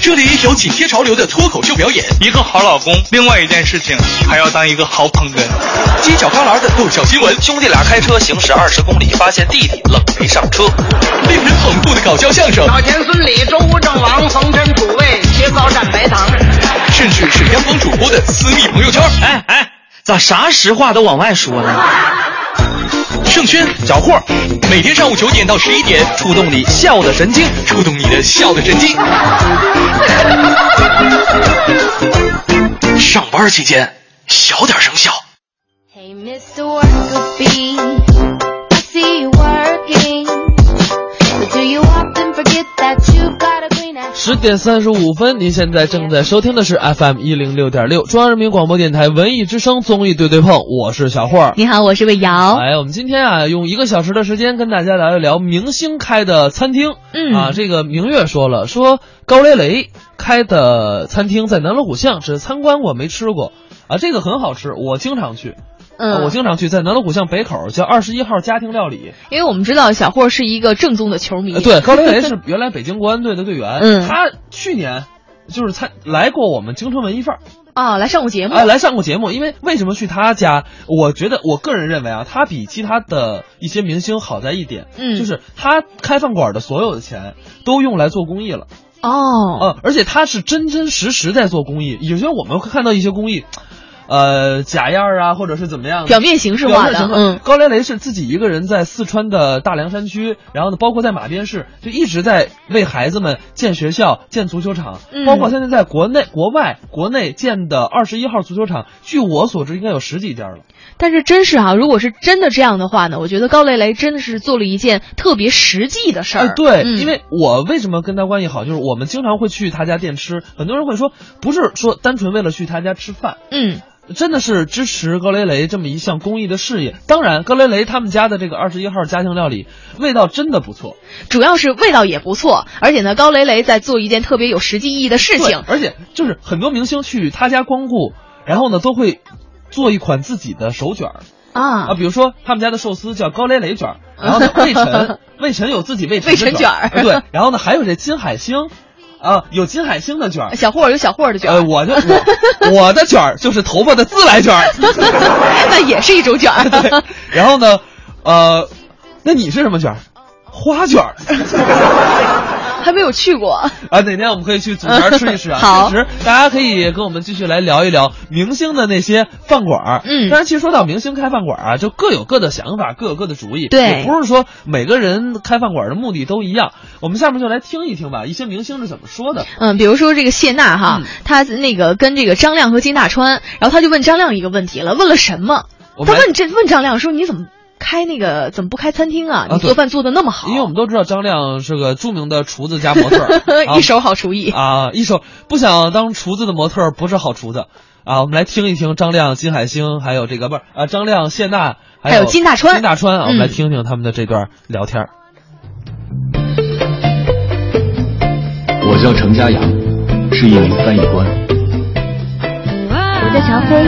Speaker 4: 这里有紧贴潮流的脱口秀表演，
Speaker 18: 一个好老公，另外一件事情还要当一个好捧哏。
Speaker 4: 犄角旮旯的爆笑新闻，
Speaker 19: 兄弟俩开车行驶二十公里，发现弟弟冷没上车。
Speaker 4: 令人捧腹的搞笑相声，
Speaker 20: 老钱孙李周吴郑王冯陈楚卫薛高占白糖，
Speaker 4: 甚至是央广主播的私密朋友圈。
Speaker 21: 哎哎，咋啥实话都往外说呢？
Speaker 4: 盛轩小霍，每天上午九点到十一点，触动你笑的神经，触动你的笑的神经。上班期间小点声笑。
Speaker 6: Hey, Mr. Worker Bee, I see you work.
Speaker 1: 十点三十五分，您现在正在收听的是 FM 一零六点六，中央人民广播电台文艺之声综艺对对碰，我是小霍。
Speaker 2: 你好，我是魏瑶。
Speaker 1: 哎，我们今天啊，用一个小时的时间跟大家聊一聊明星开的餐厅。
Speaker 2: 嗯
Speaker 1: 啊，这个明月说了，说高磊磊开的餐厅在南锣鼓巷，只参观过没吃过啊，这个很好吃，我经常去。
Speaker 2: 嗯
Speaker 1: 啊我经常去，在南锣鼓巷北口叫二十一号家庭料理。
Speaker 2: 因为我们知道小霍是一个正宗的球迷。
Speaker 1: 呃对，高磊磊 是原来北京国安队的队员，
Speaker 2: 嗯
Speaker 1: 他去年就是参来过我们京城文艺范儿。
Speaker 2: 啊，来上过节目。
Speaker 1: 哎，来上过节目，因为为什么去他家？我觉得我个人认为啊，他比其他的一些明星好在一点，
Speaker 2: 嗯
Speaker 1: 就是他开饭馆的所有的钱都用来做公益了。
Speaker 2: 哦，
Speaker 1: 呃，而且他是真真实实在做公益。有些我们会看到一些公益，呃，假样儿啊，或者是怎么样的，
Speaker 2: 表面形式化的
Speaker 1: 表面形
Speaker 2: 嗯
Speaker 1: 高雷雷是自己一个人在四川的大凉山区，然后呢，包括在马鞭市，就一直在为孩子们建学校、建足球场，
Speaker 2: 嗯
Speaker 1: 包括现在在国内、国外、国内建的二十一号足球场，据我所知应该有十几家了。
Speaker 2: 但是真是啊，如果是真的这样的话呢，我觉得高磊磊真的是做了一件特别实际的事儿。
Speaker 1: 哎，对，
Speaker 2: 嗯
Speaker 1: 因为我为什么跟他关系好，就是我们经常会去他家店吃，很多人会说，不是说单纯为了去他家吃饭，
Speaker 2: 嗯。
Speaker 1: 真的是支持高雷雷这么一项公益的事业。当然，高雷雷他们家的这个二十一号家庭料理味道真的不错，
Speaker 2: 主要是味道也不错，而且呢，高磊磊在做一件特别有实际意义的事情
Speaker 1: 对。而且就是很多明星去他家光顾，然后呢都会做一款自己的手卷儿
Speaker 2: 啊
Speaker 1: 啊，比如说他们家的寿司叫高雷雷 卷儿，然后呢魏晨 魏晨有自己魏晨
Speaker 2: 魏
Speaker 1: 的
Speaker 2: 晨
Speaker 1: 卷
Speaker 2: 卷儿
Speaker 1: 对，然后呢还有这金海星啊，有金海星的卷儿。
Speaker 2: 小霍儿有小霍儿的卷儿，
Speaker 1: 呃，我的我 我的卷儿就是头发的自来卷儿，
Speaker 2: 那也是一种 卷儿。
Speaker 1: 然后呢，呃，那你是什么卷儿？花卷儿。
Speaker 2: 还没有去过。。
Speaker 1: 啊，哪天我们可以去组团吃一吃啊
Speaker 2: 好
Speaker 1: 其实大家可以跟我们继续来聊一聊明星的那些饭馆儿。
Speaker 2: 嗯
Speaker 1: 当然，其实说到明星开饭馆儿啊，就各有各的想法，各有各的主意。
Speaker 2: 对
Speaker 1: 也不是说每个人开饭馆儿的目的都一样。我们下面就来听一听吧，一些明星是怎么说的。
Speaker 2: 嗯，比如说这个谢娜
Speaker 1: 嗯
Speaker 2: 哈，她那个跟这个张亮和金大川，然后她就问张亮一个问题了，问了什么？
Speaker 1: 我
Speaker 2: 她
Speaker 1: 们来
Speaker 2: 问这问张亮说你怎么开那个怎么不开餐厅啊？你
Speaker 1: 对
Speaker 2: 做饭做的那么好，
Speaker 1: 因为我们都知道张亮是个著名的厨子加模特
Speaker 2: ，
Speaker 1: 儿
Speaker 2: 一手好厨艺
Speaker 1: 啊，一手不想当厨子的模特儿不是好厨子啊。我们来听一听张亮、金海星，还有这个不是啊，张亮、谢娜，
Speaker 2: 还有
Speaker 1: 有
Speaker 2: 金大川
Speaker 1: 金大川啊，我们来
Speaker 2: 嗯
Speaker 1: 听听他们的这段聊天儿。
Speaker 3: 我叫程家阳，是一名翻译官。
Speaker 6: 我叫乔飞，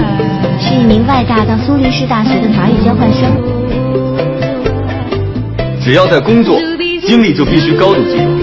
Speaker 6: 是一名外大到苏黎世大学的法语交换生。
Speaker 3: 只要在工作，精力就必须高度集中。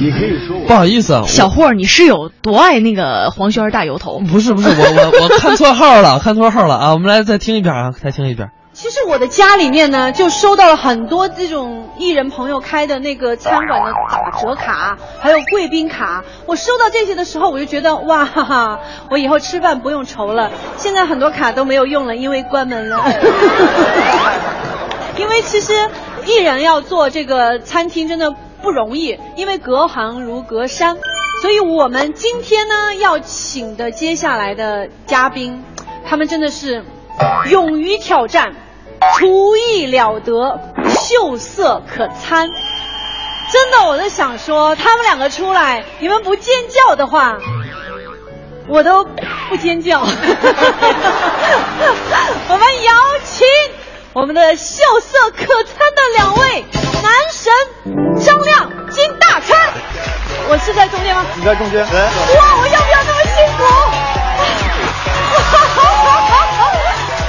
Speaker 3: 你可以说
Speaker 1: 不好意思啊，
Speaker 2: 小霍儿，你是有多爱那个黄轩儿大油头？
Speaker 1: 不是不是，我我我看错号了，看错号了啊！我们来再听一遍啊，再听一遍。
Speaker 22: 其实我的家里面呢，就收到了很多这种艺人朋友开的那个餐馆的打折卡，还有贵宾卡。我收到这些的时候，我就觉得哇哈哈，我以后吃饭不用愁了。现在很多卡都没有用了，因为关门了。因为其实艺人要做这个餐厅真的不容易，因为隔行如隔山。所以我们今天呢要请的接下来的嘉宾，他们真的是勇于挑战，厨艺了得，秀色可餐。真的，我都想说，他们两个出来，你们不尖叫的话，我都不尖叫。我们有请我们的秀色可餐的两位男神张亮、金大川。我是在中间吗？
Speaker 15: 你在中间。
Speaker 22: 哇，我要不要那么辛苦？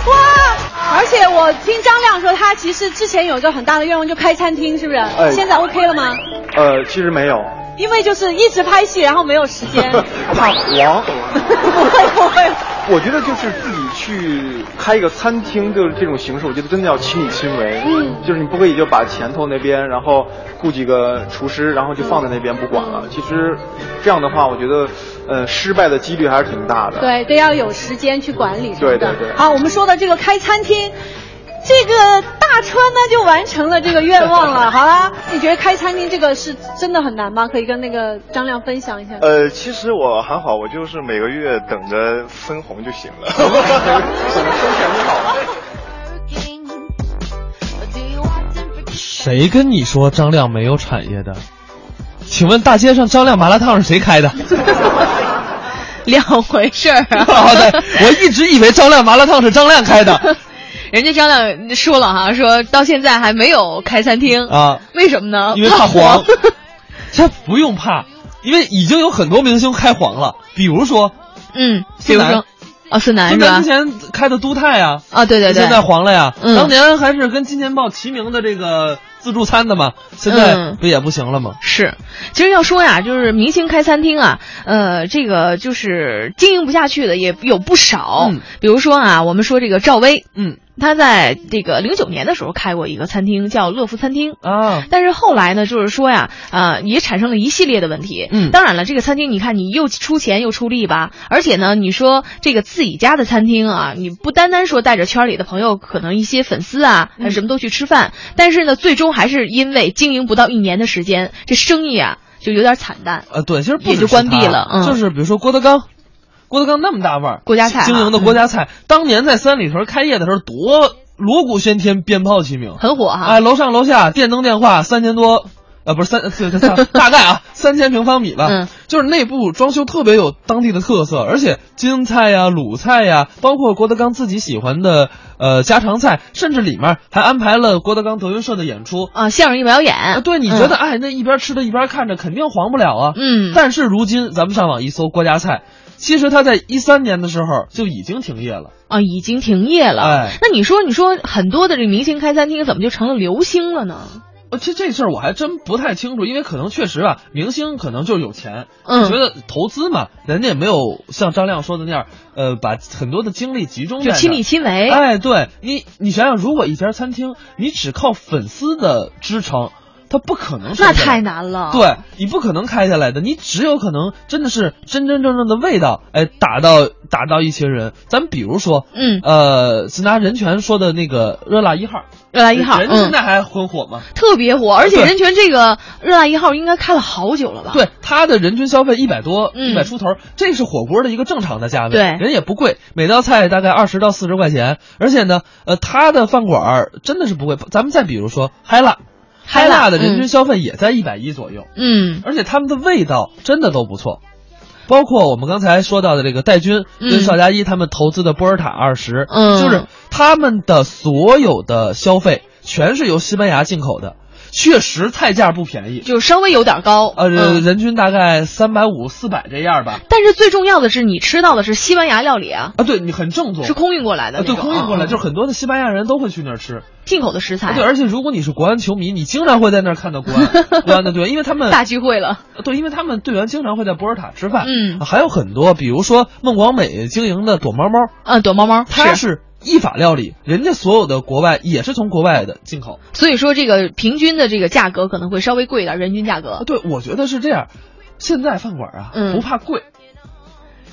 Speaker 22: 哇！而且我听张亮说，他其实之前有一个很大的愿望，就开餐厅，是不是？
Speaker 15: 哎
Speaker 22: 现在 OK 了吗？
Speaker 15: 呃，其实没有。
Speaker 22: 因为就是一直拍戏，然后没有时间。
Speaker 15: 王，
Speaker 22: 不会不会，
Speaker 15: 我觉得就是自己去开一个餐厅，就是这种形式，我觉得真的要亲力亲为。
Speaker 22: 嗯，
Speaker 15: 就是你不可以就把前头那边，然后雇几个厨师，然后就放在那边不管了。其实这样的话，我觉得，呃，失败的几率还是挺大的。
Speaker 22: 对，得要有时间去管理什么的。
Speaker 15: 对对对
Speaker 22: 好，我们说的这个开餐厅，这个大川呢就完成了这个愿望了。好啦， 你觉得开餐厅这个是真的很难吗？可以跟那个张亮分享一下。
Speaker 23: 呃，其实我还好，我就是每个月等着分红就行了。
Speaker 1: 谁跟你说张亮没有产业的？请问大街上张亮麻辣烫是谁开的？
Speaker 2: 两回事儿 啊！
Speaker 1: 好的，哦我一直以为张亮麻辣烫是张亮开的
Speaker 2: 人家张亮说了哈，说到现在还没有开餐厅，
Speaker 1: 啊，
Speaker 2: 为什么呢？
Speaker 1: 因为 怕黄。这不用怕，因为已经有很多明星开黄了，比如说
Speaker 2: 嗯，比
Speaker 1: 孙
Speaker 2: 如
Speaker 1: 楠
Speaker 2: 说，哦，孙楠
Speaker 1: 孙
Speaker 2: 是
Speaker 1: 楠
Speaker 2: 吧
Speaker 1: 之？前开的都泰啊，
Speaker 2: 啊，对对对，
Speaker 1: 现在黄了呀。
Speaker 2: 嗯
Speaker 1: 当年还是跟金钱豹齐名的这个自助餐的嘛，现在
Speaker 2: 嗯
Speaker 1: 不也不行了吗？
Speaker 2: 是，其实要说呀，就是明星开餐厅啊，呃，这个就是经营不下去的也有不少。比如说啊，我们说这个赵薇，
Speaker 1: 嗯，
Speaker 2: 她在这个零九年的时候开过一个餐厅，叫乐福餐厅
Speaker 1: 啊。
Speaker 2: 但是后来呢，就是说呀，啊、也产生了一系列的问题。
Speaker 1: 嗯
Speaker 2: 当然了，这个餐厅你看你又出钱又出力吧，而且呢，你说这个自己家的餐厅啊，你不单单说带着圈里的朋友，可能一些粉丝啊，
Speaker 1: 嗯
Speaker 2: 什么都去吃饭，但是呢，最终还是因为经营不到一年的时间，这生意啊就有点惨淡。
Speaker 1: 呃，对，其实不
Speaker 2: 也
Speaker 1: 只
Speaker 2: 就是关
Speaker 1: 他
Speaker 2: 闭了嗯
Speaker 1: 就是比如说郭德纲，郭德纲那么大腕儿，
Speaker 2: 国家菜啊
Speaker 1: 经营的国家菜，当年在三里屯开业的时候多锣鼓喧天，鞭炮齐鸣，
Speaker 2: 很火哈
Speaker 1: 哎，楼上楼下电灯电话三千多。呃，不是三，呃对对对，大概啊，三千平方米吧，
Speaker 2: 嗯
Speaker 1: 就是内部装修特别有当地的特色，而且京菜呀、鲁菜呀，包括郭德纲自己喜欢的呃家常菜，甚至里面还安排了郭德纲德云社的演出，
Speaker 2: 啊，相声一表演。
Speaker 1: 啊，对，你觉得、
Speaker 2: 嗯
Speaker 1: 哎，那一边吃的一边看着，肯定黄不了啊。
Speaker 2: 嗯
Speaker 1: 但是如今咱们上网一搜郭家菜，其实它在一三年的时候就已经停业了。
Speaker 2: 啊，已经停业了。
Speaker 1: 哎
Speaker 2: 那你说，你说很多的这明星开餐厅，怎么就成了流星了呢？
Speaker 1: 呃，其实这事儿我还真不太清楚，因为可能确实啊，明星可能就是有钱，
Speaker 2: 嗯
Speaker 1: 觉得投资嘛，人家也没有像张亮说的那样，呃，把很多的精力集中在
Speaker 2: 就
Speaker 1: 那儿
Speaker 2: 亲力亲为
Speaker 1: 哎，对你，你想想，如果一家餐厅你只靠粉丝的支撑，它不可能生
Speaker 2: 那
Speaker 1: 下来
Speaker 2: 太难了。
Speaker 1: 对你不可能开下来的，你只有可能真的是真真正正的味道，哎，打到打到一些人。咱们比如说，
Speaker 2: 嗯
Speaker 1: 呃，是拿人权说的那个热辣一号，
Speaker 2: 热辣一号
Speaker 1: 人家现
Speaker 2: 嗯
Speaker 1: 在还很火吗？
Speaker 2: 特别火，而且
Speaker 1: 啊对
Speaker 2: 人权这个热辣一号应该开了好久了吧？
Speaker 1: 对，它的人均消费一百多，一
Speaker 2: 嗯
Speaker 1: 百出头，这是火锅的一个正常的价位，
Speaker 2: 对
Speaker 1: 人也不贵，每道菜大概二十到四十块钱，而且呢，呃，它的饭馆儿真的是不贵。咱们再比如说嗨辣，嗨
Speaker 2: 嗨辣
Speaker 1: 辣的人均
Speaker 2: 嗯
Speaker 1: 消费也在一百一左右，
Speaker 2: 嗯，
Speaker 1: 而且他们的味道真的都不错，包括我们刚才说到的这个戴军
Speaker 2: 嗯
Speaker 1: 跟邵佳一他们投资的波尔塔二十，
Speaker 2: 嗯
Speaker 1: 就是他们的所有的消费全是由西班牙进口的，确实菜价不便宜，
Speaker 2: 就稍微有点高。
Speaker 1: 呃、
Speaker 2: 嗯
Speaker 1: 人均大概三百五四百这样吧。
Speaker 2: 但是最重要的是，你吃到的是西班牙料理啊，
Speaker 1: 啊，对你很正宗，
Speaker 2: 是空运过来的
Speaker 1: 啊
Speaker 2: 那
Speaker 1: 对，
Speaker 2: 种，
Speaker 1: 空运过来，
Speaker 2: 嗯
Speaker 1: 就是很多的西班牙人都会去那儿吃。
Speaker 2: 进口的食
Speaker 1: 啊
Speaker 2: 材。
Speaker 1: 对，而且如果你是国安球迷，你经常会在那儿看到国 安国安的队员，因为他们啊
Speaker 2: 大聚会了。
Speaker 1: 对，因为他们队员经常会在波尔塔吃饭，啊
Speaker 2: 嗯
Speaker 1: 还有很多，比如说孟广美经营的躲猫猫，
Speaker 2: 嗯，躲猫猫
Speaker 1: 它是意法料理，人家所有的国外也是从国外的进口。
Speaker 2: 所以说这个平均的这个价格可能会稍微贵一点，人均价格。
Speaker 1: 啊对，我觉得是这样，现在饭馆啊、
Speaker 2: 嗯
Speaker 1: 不怕贵，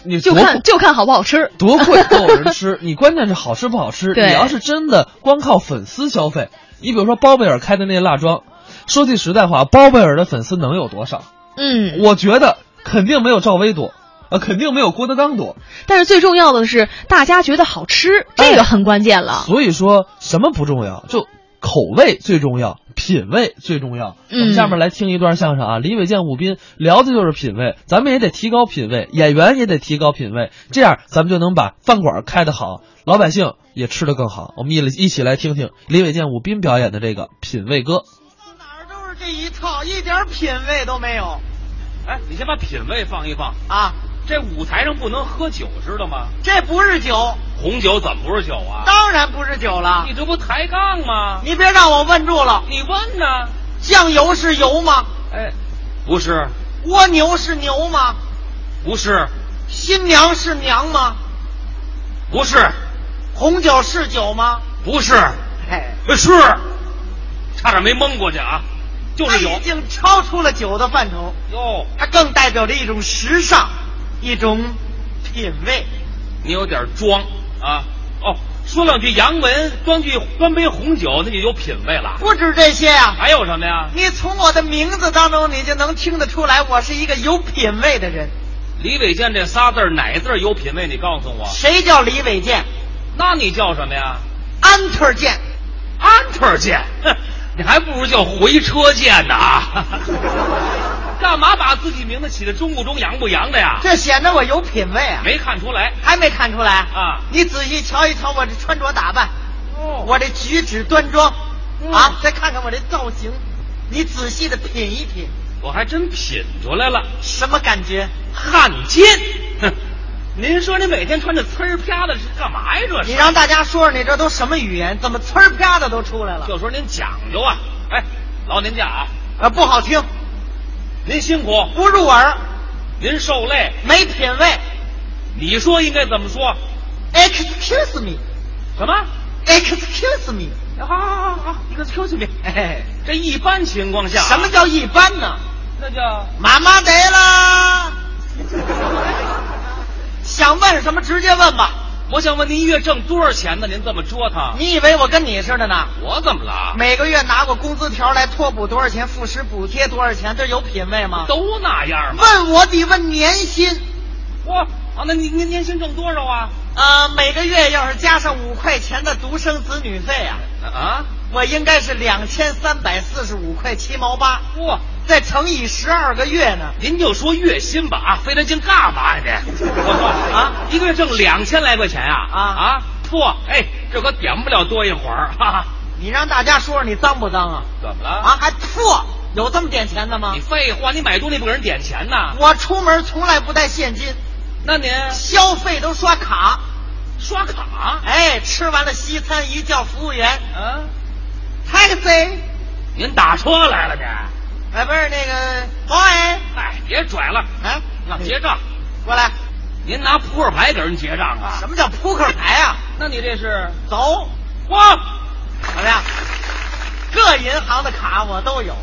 Speaker 1: 你
Speaker 2: 就
Speaker 1: 多
Speaker 2: 看就看好不好吃。
Speaker 1: 多贵都有人吃，你关键是好吃不好吃。
Speaker 2: 对
Speaker 1: 你要是真的光靠粉丝消费，你比如说包贝尔开的那辣庄，说句实在话，包贝尔的粉丝能有多少？
Speaker 2: 嗯，
Speaker 1: 我觉得肯定没有赵薇多，呃，肯定没有郭德纲多。
Speaker 2: 但是最重要的是大家觉得好吃，
Speaker 1: 哎
Speaker 2: 这个很关键了。
Speaker 1: 所以说什么不重要，就口味最重要，品味最重要。
Speaker 2: 嗯
Speaker 1: 我们下面来听一段相声啊，李伟健、武斌聊的就是品味，咱们也得提高品味，演员也得提高品味，这样咱们就能把饭馆开得好，老百姓也吃得更好。我们一一起来听听李伟健、武斌表演的这个品味歌。
Speaker 5: 都是这一套，一点品味都没有
Speaker 10: 哎，你先把品味放一放，
Speaker 5: 啊！
Speaker 10: 这舞台上不能喝酒，知道吗？
Speaker 5: 这不是酒，
Speaker 10: 红酒怎么不是酒啊？
Speaker 5: 当然不是酒了。
Speaker 10: 你这不抬杠吗？
Speaker 5: 你别让我问住了。
Speaker 10: 你问呢？
Speaker 5: 酱油是油吗？
Speaker 10: 哎，不是，
Speaker 5: 蜗牛是牛吗？
Speaker 10: 不是，
Speaker 5: 新娘是娘吗？
Speaker 10: 不是，
Speaker 5: 红酒是酒吗？
Speaker 10: 不是，
Speaker 5: 哎，
Speaker 10: 是，差点没蒙过去啊！就是
Speaker 5: 它
Speaker 10: 有
Speaker 5: 已经超出了酒的范畴，
Speaker 10: 哟，
Speaker 5: 它更代表着一种时尚，一种品味。
Speaker 10: 你有点装啊！哦，说两句洋文，端句端杯红酒，那就有品味了。
Speaker 5: 不止这些啊呀、
Speaker 10: 还有什么呀？
Speaker 5: 你从我的名字当中，你就能听得出来，我是一个有品味的人。
Speaker 10: 李伟健这仨字儿哪字儿有品位？你告诉我，
Speaker 5: 谁叫李伟健？
Speaker 10: 那你叫什么呀？
Speaker 5: 安特健。
Speaker 10: 安特健，哼你还不如叫回车健呢啊！ 干嘛把自己名字起的中不中洋不洋的呀？
Speaker 5: 这显得我有品位啊！
Speaker 10: 没看出来，
Speaker 5: 还没看出来
Speaker 10: 啊？
Speaker 5: 你仔细瞧一瞧我这穿着打扮，我这举止端庄，啊，再看看我这造型，你仔细的品一品，
Speaker 10: 我还真品出来了，
Speaker 5: 什么感觉？
Speaker 10: 汉奸！哼，您说你每天穿着呲儿啪的是干嘛呀？这是
Speaker 5: 你让大家说说你这都什么语言？怎么呲儿啪的都出来了？
Speaker 10: 就说您讲究啊！哎，老您家啊，
Speaker 5: 啊，不好听，
Speaker 10: 您辛苦，
Speaker 5: 不入耳，
Speaker 10: 您受累，
Speaker 5: 没品位。
Speaker 10: 你说应该怎么说？
Speaker 5: Excuse me，
Speaker 10: 什么？啊
Speaker 5: Excuse me，
Speaker 10: 好好好好，excuse me。
Speaker 5: 哎，
Speaker 10: 这一般情况下啊，
Speaker 5: 什么叫一般呢？
Speaker 10: 那叫
Speaker 5: 妈妈得啦！想问什么直接问吧。
Speaker 10: 我想问您一月挣多少钱呢？您这么折腾，
Speaker 5: 你以为我跟你似的呢？
Speaker 10: 我怎么了？
Speaker 5: 每个月拿过工资条来托补多少钱，副食补贴多少钱，这有品位吗？
Speaker 10: 都那样吗？
Speaker 5: 问我得问年薪，
Speaker 10: 哇啊，那您您年薪挣多少啊？
Speaker 5: 呃，每个月要是加上五块钱的独生子女费啊，
Speaker 10: 啊，
Speaker 5: 我应该是两千三百四十五块七毛八，
Speaker 10: 哇，
Speaker 5: 再乘以十二个月呢。
Speaker 10: 您就说月薪吧啊，费那劲干嘛呀你？我说啊，一个月挣两千来块钱啊
Speaker 5: 啊
Speaker 10: 啊，嚯，哎，这可点不了多一会儿，哈哈。
Speaker 5: 你让大家说说你脏不脏啊？
Speaker 10: 怎么了
Speaker 5: 啊，？还破，有这么点钱的吗
Speaker 10: 你？废话，你买东西不给人点钱呐？
Speaker 5: 我出门从来不带现金，
Speaker 10: 那您
Speaker 5: 消费都刷卡。
Speaker 10: 刷卡？
Speaker 5: 哎，吃完了西餐一叫服务员
Speaker 10: 啊，
Speaker 5: ，taxi，
Speaker 10: 您打车来了您？
Speaker 5: 哎，不是那个 boy，
Speaker 10: 哎，别拽了，
Speaker 5: 哎，
Speaker 10: 那结账，
Speaker 5: 过来。
Speaker 10: 您拿扑克牌给人结账啊？
Speaker 5: 什么叫扑克牌啊？
Speaker 10: 那你这是
Speaker 5: 走，
Speaker 10: 哇，
Speaker 5: 怎么样？各银行的卡我都有。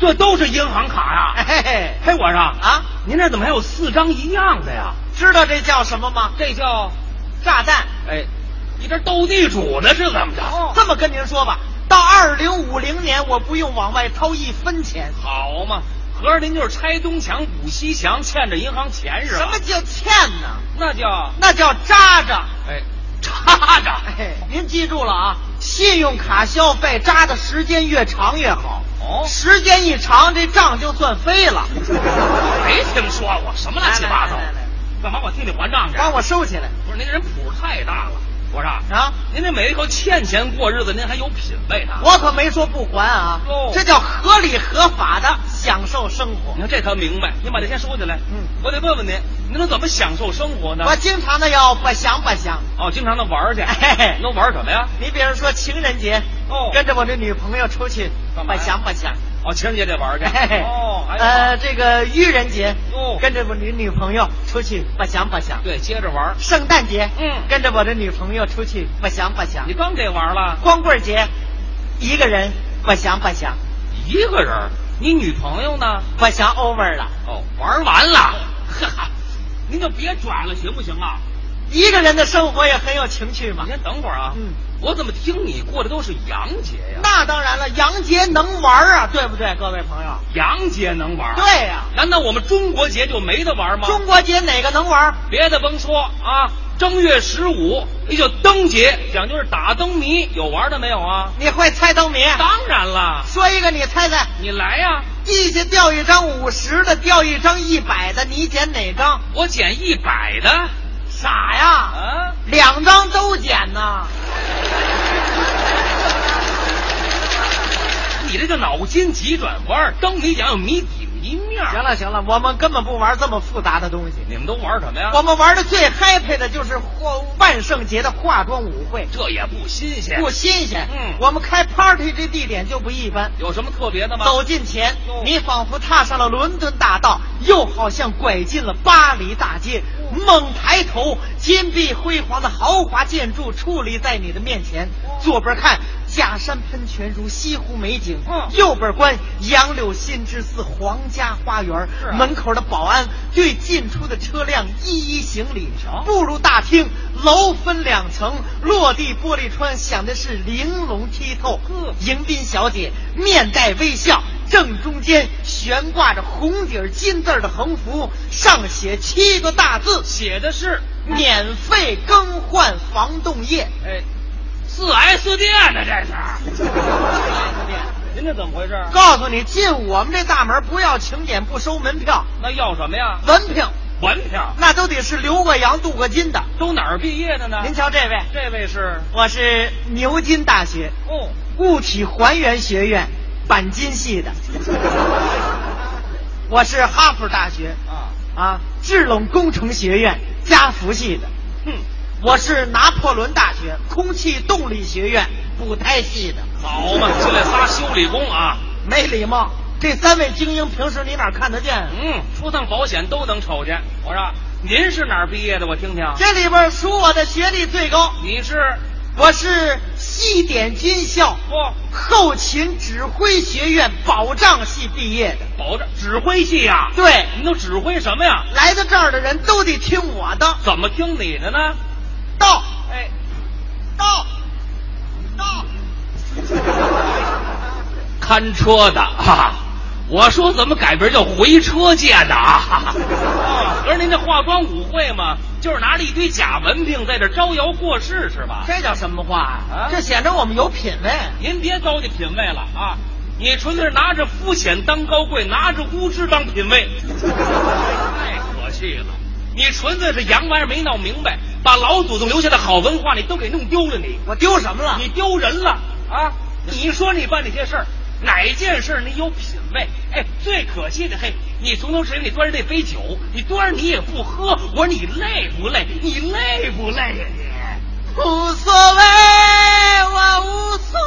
Speaker 10: 这都是银行卡呀、
Speaker 5: 嘿嘿，
Speaker 10: 嘿，我说啊，
Speaker 5: 啊，
Speaker 10: 您这怎么还有四张一样的呀？
Speaker 5: 知道这叫什么吗？
Speaker 10: 这叫
Speaker 5: 炸弹。
Speaker 10: 哎，你这斗地主呢是怎么着？
Speaker 5: 这么跟您说吧，到二零五零年我不用往外掏一分钱。
Speaker 10: 好嘛，合着您就是拆东墙补西墙，欠着银行钱是吧？
Speaker 5: 什么叫欠呢？
Speaker 10: 那叫
Speaker 5: 那叫扎着。
Speaker 10: 哎，插着。
Speaker 5: 哎，您记住了啊，信用卡消费扎的时间越长越好。
Speaker 10: 哦
Speaker 5: 时间一长，这账就算飞了。
Speaker 10: 没听说过什么乱七八糟
Speaker 5: 来来来来来，
Speaker 10: 干嘛我替你还账去？
Speaker 5: 帮我收起来
Speaker 10: 不是您这人谱太大了，我说
Speaker 5: 啊！
Speaker 10: 您这每一口欠钱过日子，您还有品位呢。
Speaker 5: 我可没说不还啊，
Speaker 10: 哦
Speaker 5: 这叫合理合法的享受生活
Speaker 10: 你。看这才明白，您把这钱收起来。
Speaker 5: 嗯，
Speaker 10: 我得问问您，您能怎么享受生活呢？
Speaker 5: 我经常的要不想不想，
Speaker 10: 哦，经常的玩 儿去，
Speaker 5: 哎
Speaker 10: 能玩儿什么呀？
Speaker 5: 你比如说情人节，
Speaker 10: 哦
Speaker 5: 跟着我这女朋友出去，
Speaker 10: 干嘛
Speaker 5: 不
Speaker 10: 呀
Speaker 5: 想不想。
Speaker 10: 哦，情人节得玩儿去。
Speaker 5: 嘿嘿
Speaker 10: 哦，哎呀
Speaker 5: 呃，这个愚人节，
Speaker 10: 哦
Speaker 5: 跟着我女女朋友出去，不想不想。
Speaker 10: 对，接着玩儿。
Speaker 5: 圣诞节，
Speaker 10: 嗯
Speaker 5: 跟着我的女朋友出去，不想不想
Speaker 10: 你。刚这玩儿了，
Speaker 5: 光棍节，一个人，不想不想，
Speaker 10: 一个人儿，你女朋友呢？
Speaker 5: 不想 over 了。
Speaker 10: 哦，玩儿完了，哈哈，您就别拽了，行不行啊？
Speaker 5: 一个人的生活也很有情趣嘛
Speaker 10: 你。先等会儿啊。
Speaker 5: 嗯，
Speaker 10: 我怎么听你过的都是洋节呀？
Speaker 5: 那当然了，洋节能玩啊，对不对，各位朋友？
Speaker 10: 洋节能玩？
Speaker 5: 对呀
Speaker 10: 难道我们中国节就没得玩吗？
Speaker 5: 中国节哪个能玩？
Speaker 10: 别的甭说啊，正月十五也就灯节，讲究是打灯谜，有玩的没有啊？
Speaker 5: 你会猜灯谜？
Speaker 10: 当然啦，
Speaker 5: 说一个，你猜猜，
Speaker 10: 你来呀、
Speaker 5: 地下掉一张五十的，掉一张一百的，你捡哪张？
Speaker 10: 我捡一百的，
Speaker 5: 傻呀，
Speaker 10: 啊，
Speaker 5: 两张都捡呐。
Speaker 10: 你这叫脑筋急转弯，灯谜讲有谜底的一面。
Speaker 5: 行，了行了，我们根本不玩这么复杂的东西。
Speaker 10: 你们都玩什么呀？
Speaker 5: 我们玩的最 happy 的就是化万圣节的化妆舞会，
Speaker 10: 这也不新鲜，
Speaker 5: 不新鲜。
Speaker 10: 嗯
Speaker 5: 我们开 party 这地点就不一般。
Speaker 10: 有什么特别的吗？
Speaker 5: 走近前
Speaker 10: 哟，
Speaker 5: 你仿佛踏上了伦敦大道，又好像拐进了巴黎大街。猛抬头，金碧辉煌的豪华建筑矗立在你的面前。
Speaker 10: 哦
Speaker 5: 左边看，假山喷泉如西湖美景；
Speaker 10: 嗯
Speaker 5: 右边观，杨柳新枝似皇家花园。
Speaker 10: 是啊
Speaker 5: 门口的保安对进出的车辆一一行礼
Speaker 10: 瞧。
Speaker 5: 步入大厅，楼分两层，落地玻璃窗响的是玲珑剔透。
Speaker 10: 呵
Speaker 5: 迎宾小姐面带微笑，正中间悬挂着红底儿金字儿的横幅，上写七个大字：
Speaker 10: 写的是，
Speaker 5: 免费更换防冻液。
Speaker 10: 哎，四 S 店呢、这是。 您这怎么回事？
Speaker 6: 告诉你，进我们这大门不要请柬，不收门票，
Speaker 10: 那要什么呀？
Speaker 6: 文凭
Speaker 10: 文凭。
Speaker 6: 那都得是留过洋、镀过金的。
Speaker 10: 都哪儿毕业的呢？
Speaker 6: 您瞧这位，
Speaker 10: 这位是
Speaker 6: 我是牛津大学
Speaker 10: 哦
Speaker 6: 物体还原学院钣金系的，我是哈佛大学
Speaker 10: 啊
Speaker 6: 啊制冷工程学院家福系的，
Speaker 10: 哼，
Speaker 6: 我是拿破仑大学空气动力学院补胎系的。嗯
Speaker 10: 好嘛，这仨修理工啊，
Speaker 6: 没礼貌。这三位精英平时你哪看得见啊？
Speaker 10: 嗯，出趟保险都能瞅见。我说您是哪儿毕业的？我听听。
Speaker 6: 这里边数我的学历最高，
Speaker 10: 你是
Speaker 6: 我是西点军校
Speaker 10: 哇
Speaker 6: 后勤指挥学院保障系毕业的。
Speaker 10: 保障指挥系呀、
Speaker 6: 对，
Speaker 10: 您都指挥什么呀？
Speaker 6: 来到这儿的人都得听我的。
Speaker 10: 怎么听你的呢？
Speaker 6: 到
Speaker 10: 哎，
Speaker 6: 到到，
Speaker 10: 看车的哈、啊，我说怎么改名叫回车界的啊？
Speaker 6: 哦
Speaker 10: 合着您这化妆舞会嘛，就是拿着一堆假文凭在这招摇过市是吧？
Speaker 6: 这叫什么话啊
Speaker 10: 啊
Speaker 6: 这显得我们有品位。
Speaker 10: 您别糟践品位了啊！你纯粹是拿着肤浅当高贵，拿着无知当品位，
Speaker 5: 哎
Speaker 10: 太可气了。你纯粹是洋玩意儿没闹明白，把老祖宗留下的好文化你都给弄丢了你，
Speaker 6: 我丢什么了？
Speaker 10: 你丢人了啊！你说你办这些事儿，哪件事儿你有品位？哎，最可惜的嘿，你从头至尾你端着这杯酒，你端着你也不喝，我说你累不累？你累不累呀、
Speaker 6: 无所谓，我无所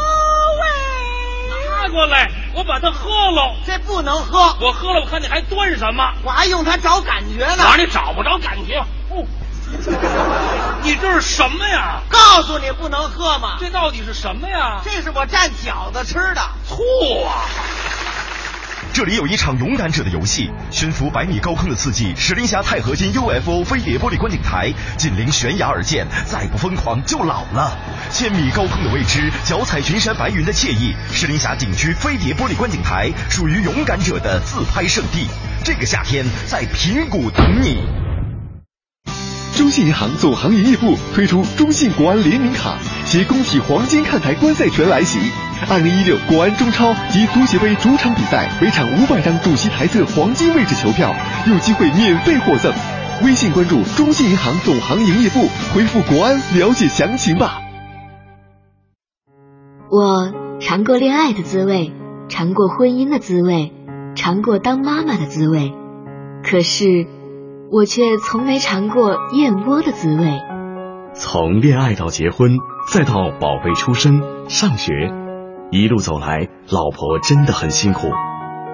Speaker 10: 你
Speaker 6: 谓。
Speaker 10: 拿过来，我把它喝了。
Speaker 6: 这不能喝，
Speaker 10: 我喝了，我看你还端什么？
Speaker 6: 我还用它找感觉呢。
Speaker 10: 哪儿你找不着感觉？哦，你这是什么呀？
Speaker 6: 告诉你不能喝吗？
Speaker 10: 这到底是什么呀？
Speaker 6: 这是我蘸饺子吃的。
Speaker 10: 醋啊！
Speaker 9: 这里有一场勇敢者的游戏，悬浮百米高空的刺激，石林峡钛合金 UFO 飞碟玻璃观景台，紧邻悬崖而建，再不疯狂就老了。千米高空的未知，脚踩群山白云的惬意，石林峡景区飞碟玻璃观景台属于勇敢者的自拍圣地。这个夏天在平谷等你。
Speaker 24: 中信银行总行营业部推出中信国安联名卡，携工体黄金看台观赛权来袭。二零一六国安中超及足协杯主场比赛，每场五百张主席台侧黄金位置球票，有机会免费获赠。微信关注中信银行总行营业部，回复“国安”了解详情吧。
Speaker 11: 我尝过恋爱的滋味，尝过婚姻的滋味，尝过当妈妈的滋味，可是我却从没尝过燕窝的滋味。
Speaker 12: 从恋爱到结婚，再到宝贝出生、上学，一路走来，老婆真的很辛苦。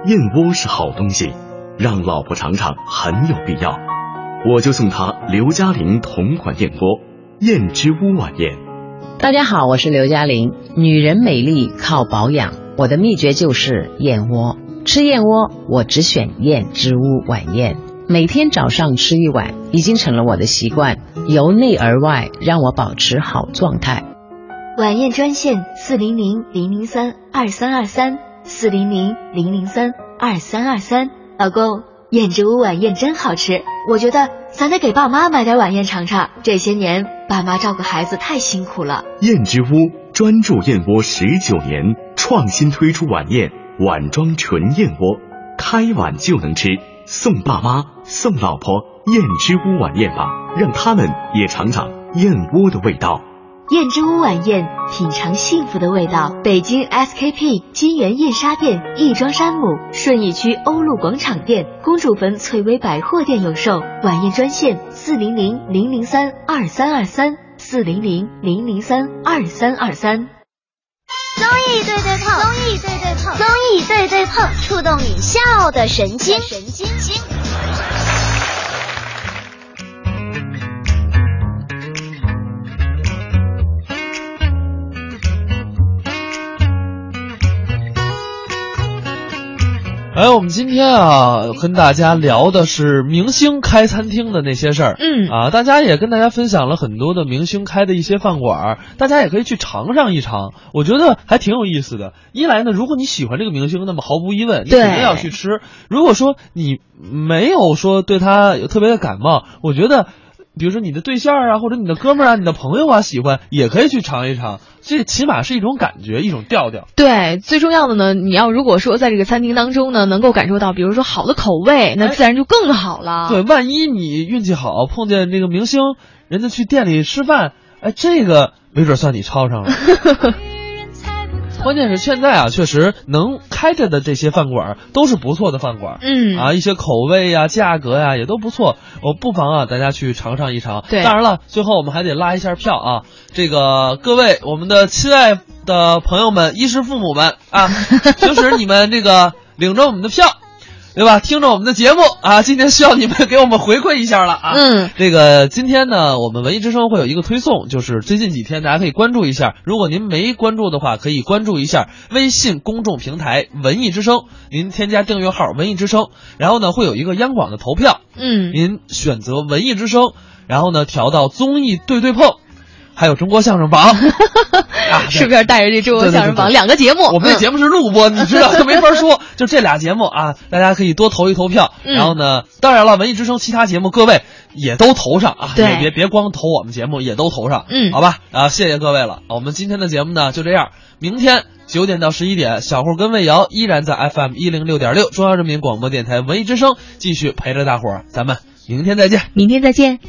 Speaker 12: 燕窝是好东西，让老婆尝尝很有必要。我就送她刘嘉玲同款燕窝——燕之屋晚宴。
Speaker 25: 大家好，我是刘嘉玲。女人美丽靠保养，我的秘诀就是燕窝。吃燕窝，我只选燕之屋晚宴，每天早上吃一碗，已经成了我的习惯，由内而外让我保持好状态。
Speaker 11: 晚宴专线四零零零零三二三二三四零零零零三二三二三。老公，燕之屋晚宴真好吃，我觉得咱得给爸妈买点晚宴尝尝。这些年爸妈照顾孩子太辛苦了。
Speaker 12: 燕之屋专注燕窝十九年，创新推出晚宴碗装纯燕窝，开碗就能吃，送爸妈送老婆燕之屋晚宴吧，让他们也尝尝燕窝的味道。
Speaker 11: 燕之屋晚宴，品尝幸福的味道。北京 SKP 金源燕莎店、亦庄山姆、顺义区欧陆广场店、公主坟翠微百货店有售。晚宴专线：四零零零零三二三二三，四零零零零三二三二三。
Speaker 8: 综艺对对碰，综艺对对碰，综艺对对碰，触动你笑的神经，神经经。
Speaker 1: 哎，我们今天啊，跟大家聊的是明星开餐厅的那些事儿。
Speaker 26: 嗯
Speaker 1: 啊，大家也跟大家分享了很多的明星开的一些饭馆儿，大家也可以去尝上一尝，我觉得还挺有意思的。一来呢，如果你喜欢这个明星，那么毫无疑问，你肯
Speaker 26: 对
Speaker 1: 定要去吃。如果说你没有说对他有特别的感冒，我觉得。比如说你的对象啊，或者你的哥们儿啊、你的朋友啊喜欢，也可以去尝一尝。这起码是一种感觉，一种调调。
Speaker 2: 对，最重要的呢，你要如果说在这个餐厅当中呢，能够感受到，比如说好的口味，
Speaker 1: 哎
Speaker 2: 那自然就更好了。
Speaker 1: 对，万一你运气好碰见这个明星，人家去店里吃饭，哎，这个没准算你抄 上了。关键是现在啊，确实能开着的这些饭馆儿都是不错的饭馆儿，
Speaker 2: 嗯
Speaker 1: 啊，一些口味呀、价格呀、也都不错，我不妨啊大家去尝上一尝。
Speaker 2: 对
Speaker 1: 当然了，最后我们还得拉一下票啊，这个各位我们的亲爱的朋友们、衣食父母们 啊，平时你们这个领着我们的票。对吧？听着我们的节目啊，今天需要你们给我们回馈一下了啊。
Speaker 2: 嗯，
Speaker 1: 这个今天呢，我们文艺之声会有一个推送，就是最近几天大家可以关注一下。如果您没关注的话，可以关注一下微信公众平台“文艺之声”，您添加订阅号“文艺之声”，然后呢会有一个央广的投票，
Speaker 2: 嗯，
Speaker 1: 您选择“文艺之声”，然后呢调到综艺对对碰，还有中国相声 榜。
Speaker 2: 顺便带着这中国
Speaker 1: 对对
Speaker 2: 相声
Speaker 1: 对
Speaker 2: 榜
Speaker 1: 对
Speaker 2: 两个节目，嗯
Speaker 1: 我们这节目是录播，你知道，就没法说。就这俩节目啊，大家可以多投一投票。
Speaker 2: 嗯
Speaker 1: 然后呢，当然了，文艺之声其他节目各位也都投上啊，
Speaker 2: 对
Speaker 1: 也别别光投我们节目，也都投上。
Speaker 2: 嗯
Speaker 1: 好吧，啊，谢谢各位了。我们今天的节目呢就这样，明天九点到十一点，小霍跟魏瑶依然在 FM 一零六点六中央人民广播电台文艺之声继续陪着大伙儿，咱们明天再见。
Speaker 2: 明天再见。